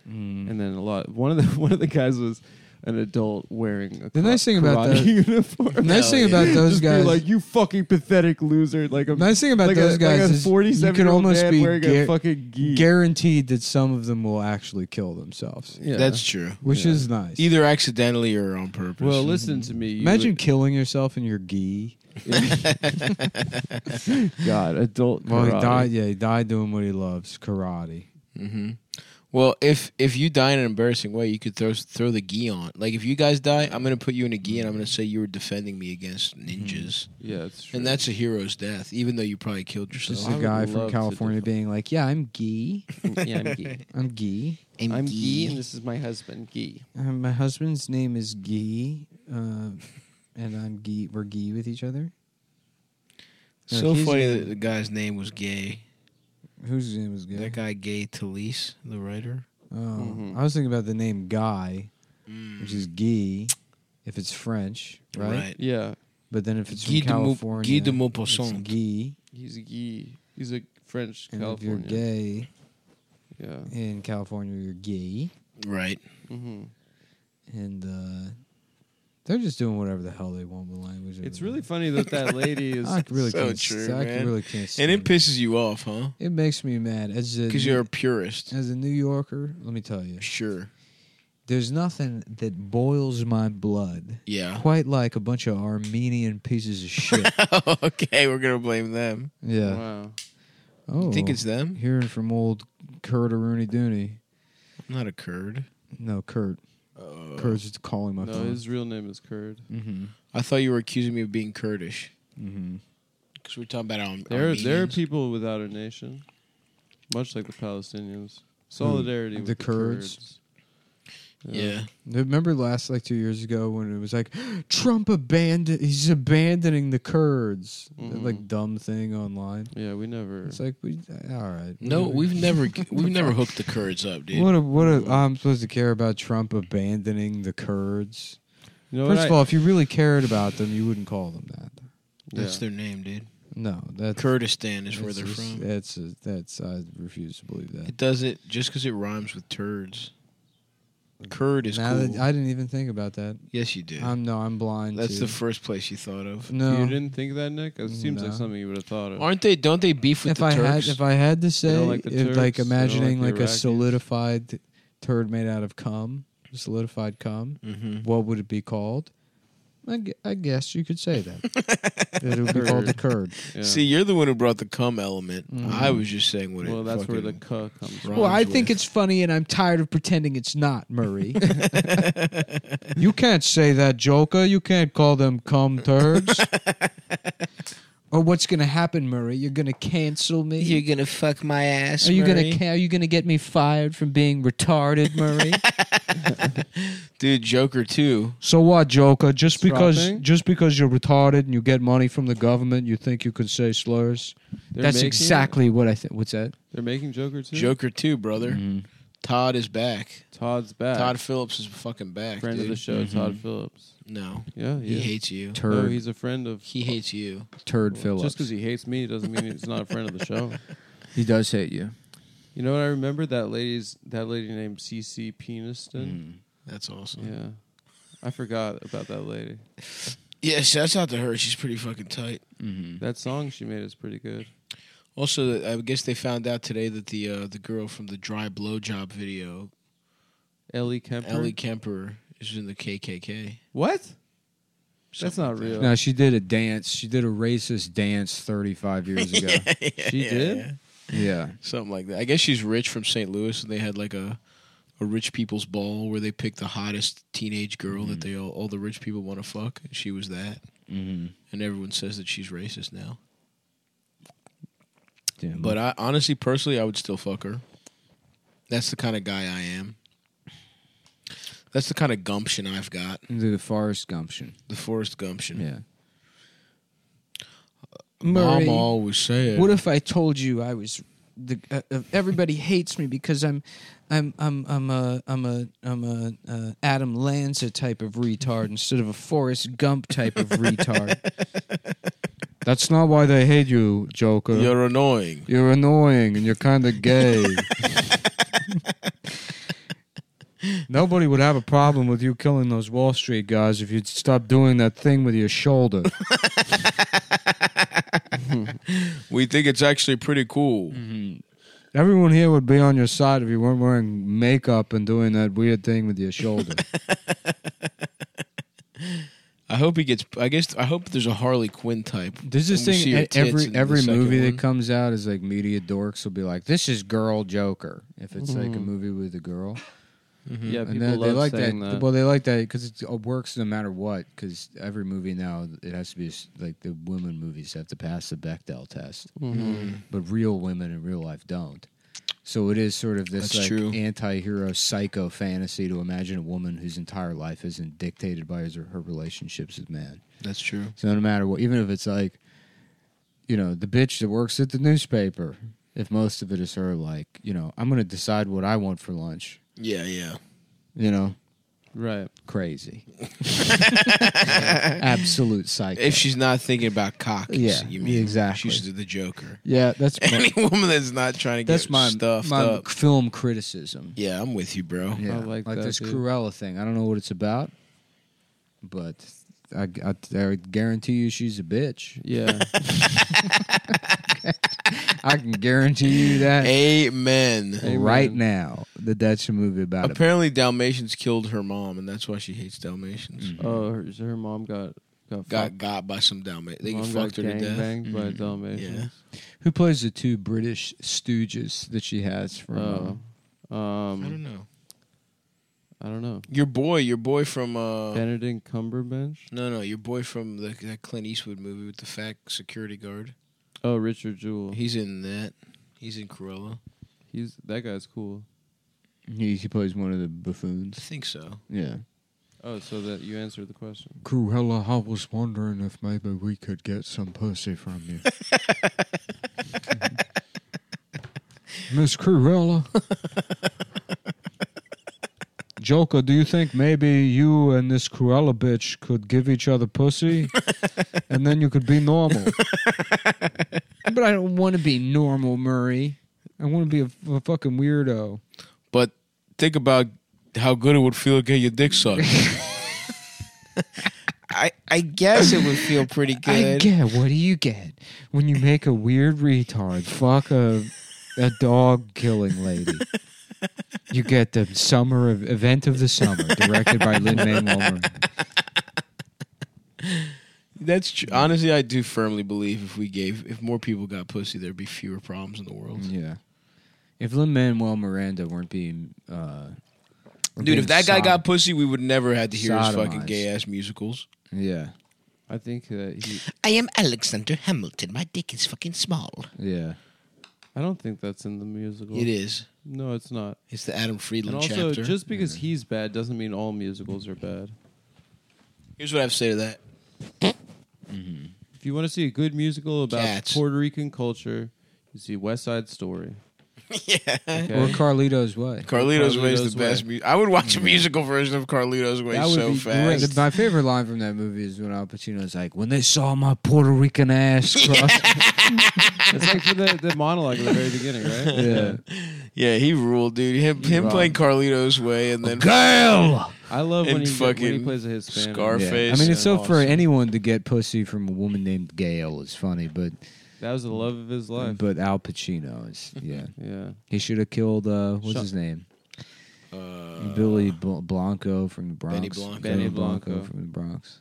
S12: Mm.
S4: and then a lot. One of the one of the guys was an adult wearing a
S12: The nice
S4: ka-
S12: thing about
S4: karate
S12: that-
S4: uniform.
S12: Nice
S2: Hell
S12: thing
S2: yeah.
S12: about those
S4: Just be
S12: guys,
S4: like you fucking pathetic loser. Like a
S12: Nice thing about
S4: like a-
S12: those guys
S4: like a
S12: is you can
S4: 47-year-old
S12: almost
S4: man
S12: be
S4: wearing
S12: gar-
S4: a fucking geek.
S12: guaranteed that some of them will actually kill themselves,
S4: yeah.
S2: That's true.
S12: which is nice.
S2: Either accidentally or on purpose.
S4: well. Listen to me. you
S12: Imagine killing yourself in your gi.
S4: would- God, adult.
S12: Well, he
S4: karate.
S12: died. Yeah, he died doing what he loves, karate.
S2: hmm Well, if if you die in an embarrassing way, you could throw throw the gi on. Like if you guys die, I'm gonna put you in a gi and I'm gonna say you were defending me against ninjas.
S4: Yeah, that's true.
S2: And that's a hero's death, even though you probably killed yourself.
S12: This is a guy from California being like, "Yeah, I'm gay.
S4: Yeah, I'm gay.
S12: I'm gay.
S4: I'm, i
S12: gay.
S4: and this is my husband, Gee.
S12: Uh, my husband's name is Gee, uh, and I'm Gee. We're Gee with each other. No,
S2: So
S12: he's
S2: funny
S12: gay.
S2: that the guy's name was Gay.
S12: Whose name was Gay?
S2: That guy Gay Talese, the writer.
S12: Oh,
S4: Mm-hmm.
S12: I was thinking about the name Guy,
S4: Mm.
S12: which is Guy, if it's French, right?
S2: Right.
S4: Yeah.
S12: But then if it's
S2: Guy
S12: from
S2: de Mau-
S12: California,
S2: Guy de
S12: it's
S2: Maupassant.
S12: Guy.
S4: He's a Gee. He's a French
S12: And if you're
S4: California.
S12: gay
S4: Yeah.
S12: in California, you're gay.
S2: Right.
S4: hmm
S12: And uh, they're just doing whatever the hell they want with language.
S4: It's really funny that that lady is
S12: I really
S2: so
S12: can't.
S2: true,
S12: I
S2: man.
S12: really can't.
S2: and
S12: stand
S2: it pisses you off, huh?
S12: It makes me mad as a
S2: Because you're a purist.
S12: as a New Yorker. Let me tell you,
S2: Sure.
S12: there's nothing that boils my blood
S2: Yeah.
S12: quite like a bunch of Armenian pieces of shit.
S2: okay, we're gonna blame them.
S12: yeah.
S4: Wow.
S12: Oh,
S2: You think it's them?
S12: Hearing from old Kurt Rooney Dooney.
S2: I'm not a Kurd.
S12: No, Kurt.
S2: Uh,
S12: Kurt's just calling my
S4: No,
S12: phone.
S4: his real name is Kurd.
S12: mm-hmm.
S2: I thought you were accusing me of being Kurdish.
S12: Mm-hmm.
S2: Because we're talking about Al-
S4: There, are, there are
S2: Armenians.
S4: people without a nation, much like the Palestinians. Solidarity with
S12: Hmm. The
S4: the,
S12: Kurds?
S4: Kurds.
S2: Yeah.
S12: Remember last like two years ago when it was like Trump abandoned he's abandoning the Kurds that,
S2: Mm-hmm.
S12: like dumb thing online.
S4: Yeah, we never.
S12: It's like we all right.
S2: No,
S12: whatever.
S2: we've never we've never hooked the Kurds up, dude.
S12: What a, what a, I'm supposed to care about Trump abandoning the Kurds.
S4: You know
S12: First
S4: what
S12: of
S4: I-
S12: all, if you really cared about them, you wouldn't call them that.
S2: That's
S4: Yeah.
S2: their name, dude.
S12: No, that's
S2: Kurdistan is where
S12: that's
S2: they're
S12: just-
S2: from.
S12: That's a, that's I refuse to believe that.
S2: It does it just because it rhymes with turds. Kurd is
S12: now
S2: cool.
S12: that I didn't even think about that.
S2: yes, you did.
S12: I'm no, I'm blind.
S2: That's
S12: to-
S2: the first place you thought of.
S12: no. Mm,
S4: You didn't think of that, Nick? It seems
S12: No.
S4: like something you would have thought of.
S2: Aren't they? Don't they beef with
S12: if
S2: the
S12: I
S2: Turks?
S12: had if I had to say
S4: like the
S12: if, like
S4: Turks, they don't
S12: imagining
S4: like
S12: like,
S4: the
S12: a
S4: Iraqis.
S12: solidified turd made out of cum, solidified cum, what would it be called? I, gu- I guess you could say that. it would be called the curd.
S4: Yeah.
S2: See, you're the one who brought the cum element.
S12: Mm-hmm.
S2: I was just saying what
S4: well,
S2: it.
S4: that's where the
S2: fucking
S4: "ka" comes from.
S2: rhymes
S12: Well, I think
S2: with.
S12: it's funny, and I'm tired of pretending it's not, Murray. you can't say that, Joker. You can't call them cum turds. or what's going to happen, Murray? You're going to cancel me.
S2: gonna fuck my ass.
S12: Are you
S2: Murray?
S12: gonna ca- are you gonna get me fired from being retarded, Murray?
S2: dude? Joker too.
S12: so what, Joker? Just because
S4: Dropping?
S12: just because you're retarded and you get money from the government, you think you can say slurs?
S4: They're
S12: That's
S4: making-
S12: exactly what I think. What's that?
S4: They're making Joker
S12: Hmm?
S4: too.
S2: Joker too, brother.
S12: Mm-hmm.
S2: Todd is back.
S4: Todd's back.
S2: Todd Phillips is fucking back.
S4: friend of
S2: dude. Mm-hmm.
S4: the show, Todd Phillips.
S2: No,
S4: Yeah,
S2: he
S4: yeah.
S2: hates you.
S4: No,
S12: Turd,
S4: he's a friend of.
S2: He hates you.
S1: Turd Phillips.
S4: Just because he hates me doesn't mean he's not a friend of the show.
S1: he does hate you.
S4: You know what? I remember that lady's that lady named CC Peniston.
S2: That's awesome.
S4: Yeah, I forgot about that lady.
S2: Yeah, shouts out to her. She's pretty fucking tight. Mm.
S4: That song she made is pretty good.
S2: Also, I guess they found out today that the uh, the girl from the dry blowjob video,
S4: Ellie Kemper.
S2: Ellie Kemper, is in the KKK.
S4: What? That's
S2: Something
S4: not
S2: like that.
S4: real.
S1: No, she did a dance. She did a racist dance 35 years ago.
S4: she did.
S1: yeah.
S2: Something like that. I guess she's rich from St. Louis, and they had like a a rich people's ball where they picked the hottest teenage girl that they all all the rich people want to fuck. and She was that,
S1: Mm-hmm.
S2: and everyone says that she's racist now.
S1: Damn.
S2: But I honestly, personally, I would still fuck her. That's the kind of guy I am. That's the kind of gumption I've got.
S1: into the forest gumption.
S2: The forest gumption.
S1: Yeah.
S2: Mom
S12: Murray.
S2: always said.
S12: What if I told you I was the uh, uh, everybody hates me because I'm I'm I'm I'm a I'm a I'm a uh, Adam Lanza type of retard instead of a Forrest Gump type of retard.
S1: That's not why they hate you, Joker. You're,
S2: You're annoying.
S1: annoying and you're kind of gay.
S12: Nobody would have a problem with you killing those Wall Street guys if you'd stop doing that thing with your shoulder.
S2: We think it's actually pretty cool.
S12: Everyone here would be on your side if you weren't wearing makeup and doing that weird thing with your shoulder.
S2: I I hope he gets. I guess I hope there's a Harley Quinn type.
S12: There's this
S2: And we see her
S12: thing e-
S2: Oh, tits
S12: every
S2: in the
S12: every
S2: second
S12: movie
S2: one.
S12: that comes out is like media dorks will be like, "This is girl Joker." If it's like a
S2: Mm.
S12: movie with a girl,
S4: Mhm. Yeah,
S12: And
S4: people
S12: they- they
S4: love
S12: like
S4: saying that.
S12: Well, they like that because it works no matter what. Because every movie now it has to be s- like the women movies have to pass the Bechdel test,
S4: Mm-hmm.
S2: Mhm.
S12: but real women in real life don't. So it is sort of this
S2: That's
S12: like
S2: true.
S12: anti-hero psycho fantasy to imagine a woman whose entire life isn't dictated by his or her relationships with man.
S2: That's true.
S12: So no matter what, even if it's like, you know, the bitch that works at the newspaper, if most of it is her, like, you know, I'm gonna decide what I want for lunch.
S2: Yeah, yeah.
S12: You know,
S4: right?
S12: Crazy, absolute psycho.
S2: If she's not thinking about cock, you
S12: Yeah,
S2: see- you mean
S12: exactly.
S2: She's the Joker.
S12: yeah, that's my,
S2: Any woman that's not trying to get
S12: that's my
S2: stuffed
S12: my
S2: up.
S12: film criticism.
S2: Yeah, I'm with you, bro.
S12: Yeah, like, this Cruella thing. I don't know what it's about, but I, I, I guarantee you she's a bitch.
S4: Yeah.
S12: I can guarantee you that.
S2: Amen.
S12: Right now, that that's a movie about it.
S2: Apparently, Dalmatians killed her mom, and that's why she hates Dalmatians.
S12: Mm.
S4: Oh, her, so her mom got got
S2: Got
S4: fucked.
S2: got by some Dalmatians. They
S4: Mom
S2: fucked her
S4: got
S2: to death.
S4: gangbanged by
S2: Mhm.
S4: Dalmatians.
S2: Yeah.
S12: Who plays the two British stooges that she has from? uh,
S4: Oh. Um,
S2: I don't know.
S4: I don't know.
S2: Your boy, your boy from uh,
S4: Benedict Cumberbatch.
S2: no, no, your boy from the that Clint Eastwood movie with the fat security guard.
S4: Oh, Richard Jewell.
S2: He's in that. He's in Cruella.
S4: He's that guy's cool.
S12: he, he plays one of the
S2: I
S12: buffoons.
S2: think so.
S12: Yeah.
S4: Oh, so that you answered the question.
S12: Cruella, I was wondering if maybe we could get some pussy from you. Miss Cruella. Joker, do you think maybe you and this Cruella bitch could give each other pussy and then you could be normal? but I don't want to be normal, Murray. I want to be a, a fucking weirdo.
S2: But think about how good it would feel to get your dick sucked. I I guess it would feel pretty
S12: I
S2: good.
S12: get what do you get when you make a weird retard fuck a a dog killing lady. You get the summer of event of the summer directed by Lin Manuel Miranda.
S2: That's true. honestly, I do firmly believe if we gave if more people got pussy, there'd be fewer problems in the world.
S12: Yeah. If Lin Manuel Miranda weren't being uh
S2: Dude, if that guy got pussy, we would never have to hear his fucking
S12: Sodomized.
S2: gay ass musicals.
S12: Yeah.
S4: I think that he.
S13: I am Alexander Hamilton. My dick is fucking small.
S12: Yeah.
S4: I don't think that's in the musical.
S2: It is.
S4: No, it's not.
S2: It's the Adam Friedland
S4: And also,
S2: chapter.
S4: just because he's bad doesn't mean all musicals are bad.
S2: Here's what I have to say to that.
S4: If you want to see a good musical about
S2: Cats.
S4: Puerto Rican culture, you see West Side Story.
S2: yeah.
S12: Or Carlito's Way.
S2: Carlito's, Way is
S4: Carlito's
S2: the best.
S4: Way.
S2: Mu- I would watch a musical version of Carlito's Way
S12: That would
S2: so
S12: be
S2: fast.
S12: great. My favorite line from that movie is when Al Pacino's like, "When they saw my Puerto Rican ass cross."
S4: it's like for the, the monologue at the very beginning, right?
S12: yeah.
S2: Yeah, he ruled, dude. Him, him
S4: rocked.
S2: playing Carlito's Way and then
S12: Girl!
S4: I love when
S2: And
S4: he, when he
S2: fucking
S4: plays a Hispanic.
S2: Scarface.
S12: Yeah. I mean, it's so for
S4: Awesome.
S12: anyone to get pussy from a woman named Gail is funny, but
S4: That was the love of his life.
S12: but Al Pacino is yeah.
S4: Yeah.
S12: He should have killed uh, what's
S4: Shut-
S12: his name? Billy Bl- Blanco from the Bronx.
S2: Uh, Benny Blanco.
S4: Benny Blanco.
S12: from the Bronx.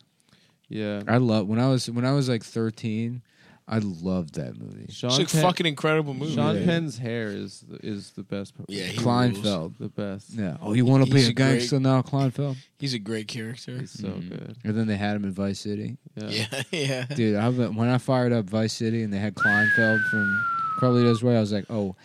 S4: Yeah.
S12: I love when I was when I was like thirteen. I loved that movie.
S4: Sean
S2: It's a
S4: Penn-
S2: fucking incredible movie.
S4: Sean
S2: Yeah.
S4: Penn's hair is the, is the best. part.
S2: Yeah, he rules.
S12: Kleinfeld.
S4: the best.
S12: Yeah. Oh, you want to be
S2: He's
S12: a
S2: a great-
S12: gangster now, Kleinfeld?
S2: He's uh, a great character.
S4: He's so good.
S12: And then they had him in Vice City.
S2: Yeah, yeah.
S12: Dude, I, went- when I fired up Vice City and they had Kleinfeld from Carlito's Way, I was like, oh,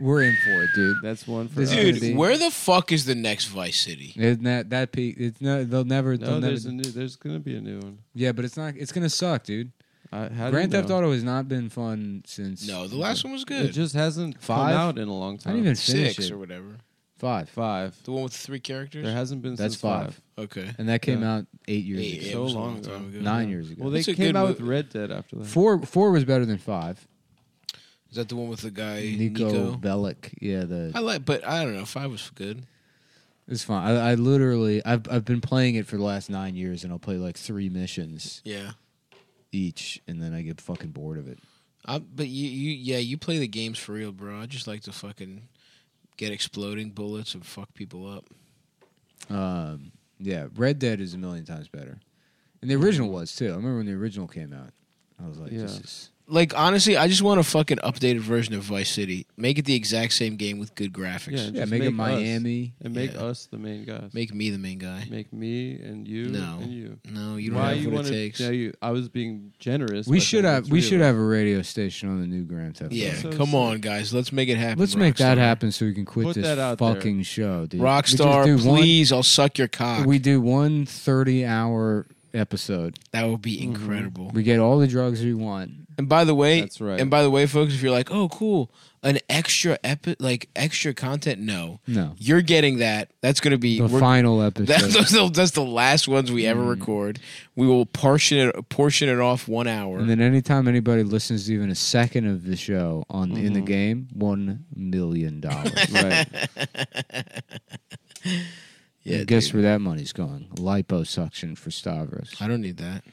S12: we're in for it, dude.
S4: That's one for
S12: This
S4: us.
S12: is gonna be-
S2: Dude, where the fuck is the next Vice City?
S12: Isn't that that peak? It's no, they'll
S4: No,
S12: never. They'll never
S4: there's a new. There's gonna be a new one.
S12: yeah, but it's not. It's gonna suck, dude.
S4: I, how do
S12: Grand
S4: you
S12: Theft
S4: know?
S12: Auto has not been fun since
S2: No, the last one was
S4: It
S2: good.
S4: just hasn't
S12: Five?
S4: come out in a long time.
S12: I didn't even finish
S2: Six
S12: it.
S2: or whatever.
S12: Five.
S4: five.
S2: The one with the three characters.
S4: There hasn't been
S12: That's
S4: since five.
S12: five.
S2: Okay.
S12: and that came out eight years
S2: Yeah,
S12: ago.
S2: yeah, it
S4: So
S2: was a
S4: long
S2: long
S4: ago.
S2: time ago.
S12: Nine years ago.
S4: Well, they
S2: It's a
S4: came
S2: good
S4: out with
S2: movie.
S4: Red Dead after that.
S12: four four was better than five.
S2: Is that the one with the guy
S12: Nico,
S2: Nico?
S12: Bellic, yeah, the
S2: I like, but I don't know. Five was good.
S12: It's fine. I, I literally, I've I've been playing it for the last nine years, and I'll play like three missions
S2: Yeah.
S12: each, and then I get fucking bored of it.
S2: I, but you, you, yeah, you play the games for real, bro. I just like to fucking get exploding bullets and fuck people up.
S12: Um, yeah, Red Dead is a million times better. And the original was too. I remember when the original came out. I was like, this is
S2: Like honestly, I just want a fucking updated version of Vice City. Make it the exact same game with good graphics.
S4: just us. and make us the main guys.
S2: Make me the main guy.
S4: Make me and you.
S2: No.
S4: and you.
S2: No, you don't have what it
S4: wanted-
S2: takes.
S4: Yeah, you, I was being generous.
S12: we
S4: by
S12: should
S4: saying
S12: have
S4: the
S12: we
S4: three of
S12: should
S4: us.
S12: have a radio station on the new Grand Theft.
S2: Yeah,
S12: Auto.
S4: So
S2: come
S4: sick.
S2: on, guys, let's make it happen.
S12: Let's make that
S2: Rockstar.
S12: happen so we can quit
S2: Put that
S12: this
S2: out there.
S12: fucking show, dude.
S2: Rockstar,
S12: we just do one-
S2: please, I'll suck your cock.
S12: we do one 30 hour episode.
S2: That would be incredible.
S12: Mm-hmm. We get all the drugs we want.
S2: And by the way,
S12: That's right.
S2: And by the way, folks, if you're like, oh, cool, an extra epi- like extra content, no,
S12: No.
S2: you're getting that. That's going to be
S12: The
S2: we're-
S12: final episode.
S2: That's, that's the, that's the last ones we ever
S4: Mm.
S2: record. We will portion it portion it off one hour.
S12: And then anytime anybody listens to even a second of the show on in
S2: Mm-hmm.
S12: the game, one million dollars.
S2: Right.
S12: yeah.
S2: Yeah,
S12: guess where that money's going? Liposuction for Stavros.
S2: I don't need that.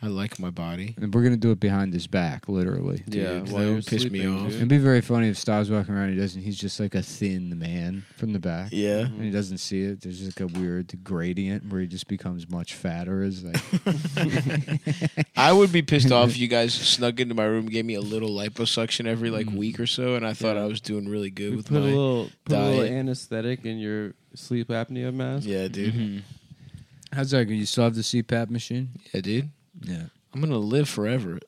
S2: I like my body.
S12: And we're gonna do it behind his back, literally.
S2: Dude, Yeah, while that you're would piss me sleeping, off. dude.
S12: It'd be very funny if Stav's walking around. He doesn't. He's just like a thin man from the back.
S2: Yeah.
S12: and he doesn't see it. There's like a weird gradient where he just becomes much fatter. As like,
S2: I would be pissed off if you guys snuck into my room, gave me a little liposuction every like week or so, and I thought I was doing really good
S4: We
S2: with
S4: Mm. put a
S2: my
S4: little put a
S2: diet.
S4: little anesthetic in your sleep apnea mask.
S2: Yeah, dude.
S4: Mm-hmm.
S12: Mm-hmm. How's that? You still have the CPAP machine?
S2: Yeah, dude.
S12: Yeah.
S2: I'm gonna live forever.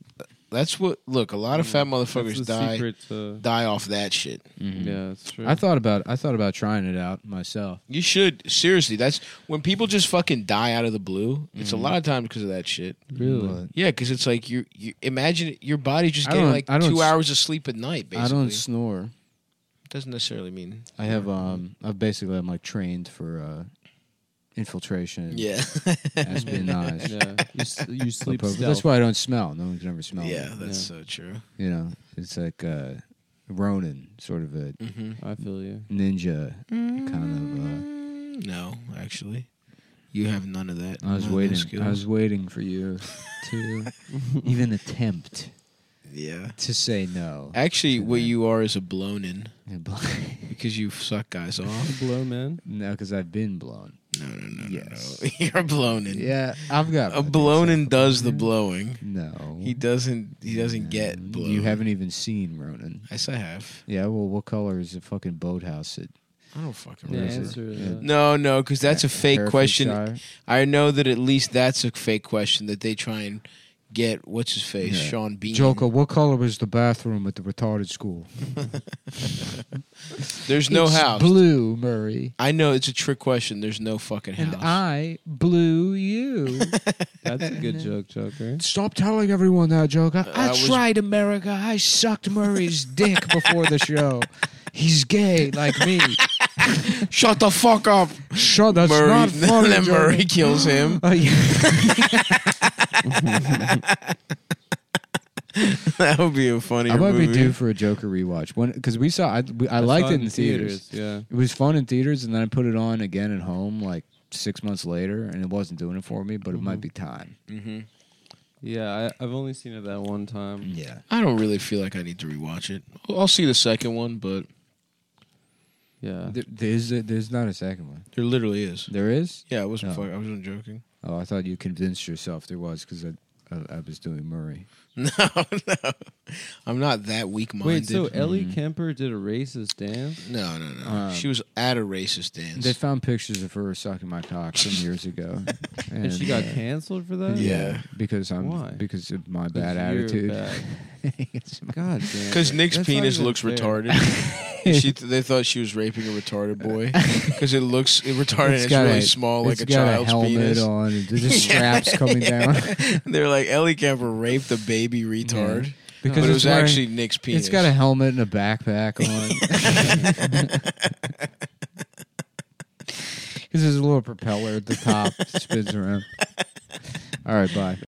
S2: That's what. Look, a lot of fat motherfuckers
S4: the
S2: die
S4: secret to-
S2: die off that shit.
S4: Yeah, that's true.
S12: I thought about. I thought about trying it out myself.
S2: You should seriously. That's when people just fucking die out of the blue. It's
S12: Mm-hmm.
S2: a lot of times because of that shit.
S4: Really?
S12: But
S2: Yeah, because it's like you. You imagine your body just
S12: I
S2: getting
S12: don't-
S2: like
S12: I don't
S2: two
S12: s-
S2: hours of sleep at night.
S12: I
S2: Basically,
S12: don't snore.
S2: doesn't necessarily mean.
S12: I have um I've basically I'm like trained for uh infiltration.
S2: Yeah.
S12: espionage.
S4: Yeah, you s- you sleep
S12: But
S4: stealth.
S12: That's why I don't smell. No one can ever smell.
S2: Yeah,
S12: me.
S2: that's so true.
S12: You know, it's like uh Ronin, sort of a
S4: I feel you.
S12: ninja kind uh,
S2: No, actually, you have none of that.
S12: of uh I
S2: None of
S12: was
S2: those
S12: waiting
S2: skills.
S12: I was waiting for you to even attempt
S2: yeah.
S12: to say no.
S2: Actually, what you are is a blown
S12: Yeah, bl-
S2: because you suck guys off.
S4: Blow man.
S12: no, because I've been blown.
S2: No, no, no,
S12: Yes.
S2: no. You're a blown in.
S12: Yeah, I've got
S2: A blown in does
S12: Mm-hmm.
S2: the blowing.
S12: No.
S2: He doesn't. He doesn't get blown.
S12: Mm-hmm. you haven't even seen Ronin.
S2: Yes, I have.
S12: Yeah, well, what color is the fucking boathouse? It,
S2: I don't fucking
S4: The
S2: remember.
S4: answer is that.
S2: No, no, because that's a fake
S12: Herefordshire?
S2: question. I know that at least that's a fake question that they try and get. What's his face?
S12: Yeah.
S2: Sean Bean.
S12: Joker, what color was the bathroom at the retarded school?
S2: There's no
S12: It's
S2: house.
S12: Blue, Murray.
S2: I know it's a trick question. There's no fucking house.
S12: And I blew you.
S4: uh, That's a good joke, Joker.
S12: Stop telling everyone that, Joker. I,
S2: I was-
S12: tried America. I sucked Murray's dick before the show. He's gay like me.
S2: Shut the fuck up.
S12: Shut that's
S2: Murray.
S12: not funny,
S2: then
S12: Joker.
S2: Murray kills him.
S12: Oh, yeah.
S2: that would be a funny.
S12: I might
S2: movie.
S12: be due for a Joker rewatch because we saw. I, we, I,
S4: I
S12: liked
S4: saw
S12: it in theaters.
S4: Yeah.
S12: It was fun in theaters, and then I put it on again at home like six months later, and it wasn't doing it for me. But it might be time.
S4: Yeah, I, I've only seen it that one time.
S12: Yeah,
S2: I don't really feel like I need to rewatch it. I'll see the second one, but
S4: Yeah.
S12: there, there's a, there's not a second one.
S2: there literally is.
S12: There is.
S2: Yeah, I wasn't.
S12: No.
S2: Fuck, I wasn't joking.
S12: Oh, I thought you convinced yourself there was because I, I I was doing Murray.
S2: No, no, I'm not that weak-minded.
S4: Wait, so
S12: Mm.
S4: Ellie Kemper did a racist dance?
S2: no, no, no.
S12: Um,
S2: she was at a racist dance.
S12: They found pictures of her sucking my cock some years ago,
S4: And, she got
S12: uh,
S4: canceled for that?
S2: Yeah.
S12: because I'm
S4: Why?
S12: because of my bad
S4: you're
S12: attitude.
S4: bad.
S12: It's my-
S4: God damn.
S2: Because
S4: it.
S2: Nick's
S4: That's not
S2: penis
S4: even
S2: looks
S4: fair.
S2: retarded. she, they thought she was raping a retarded boy because it looks it retarded. and It's,
S12: got
S2: really
S12: a-
S2: small, like
S12: it's
S2: a
S12: got
S2: child's
S12: a helmet
S2: penis.
S12: on. And there's just straps coming down.
S2: They're like Ellie Kemper raped a baby retard,
S12: Because
S2: but it
S12: it's
S2: was
S12: wearing-
S2: actually Nick's penis.
S12: It's got a helmet and a backpack on. this is a little propeller at the top, spins around. All right, bye.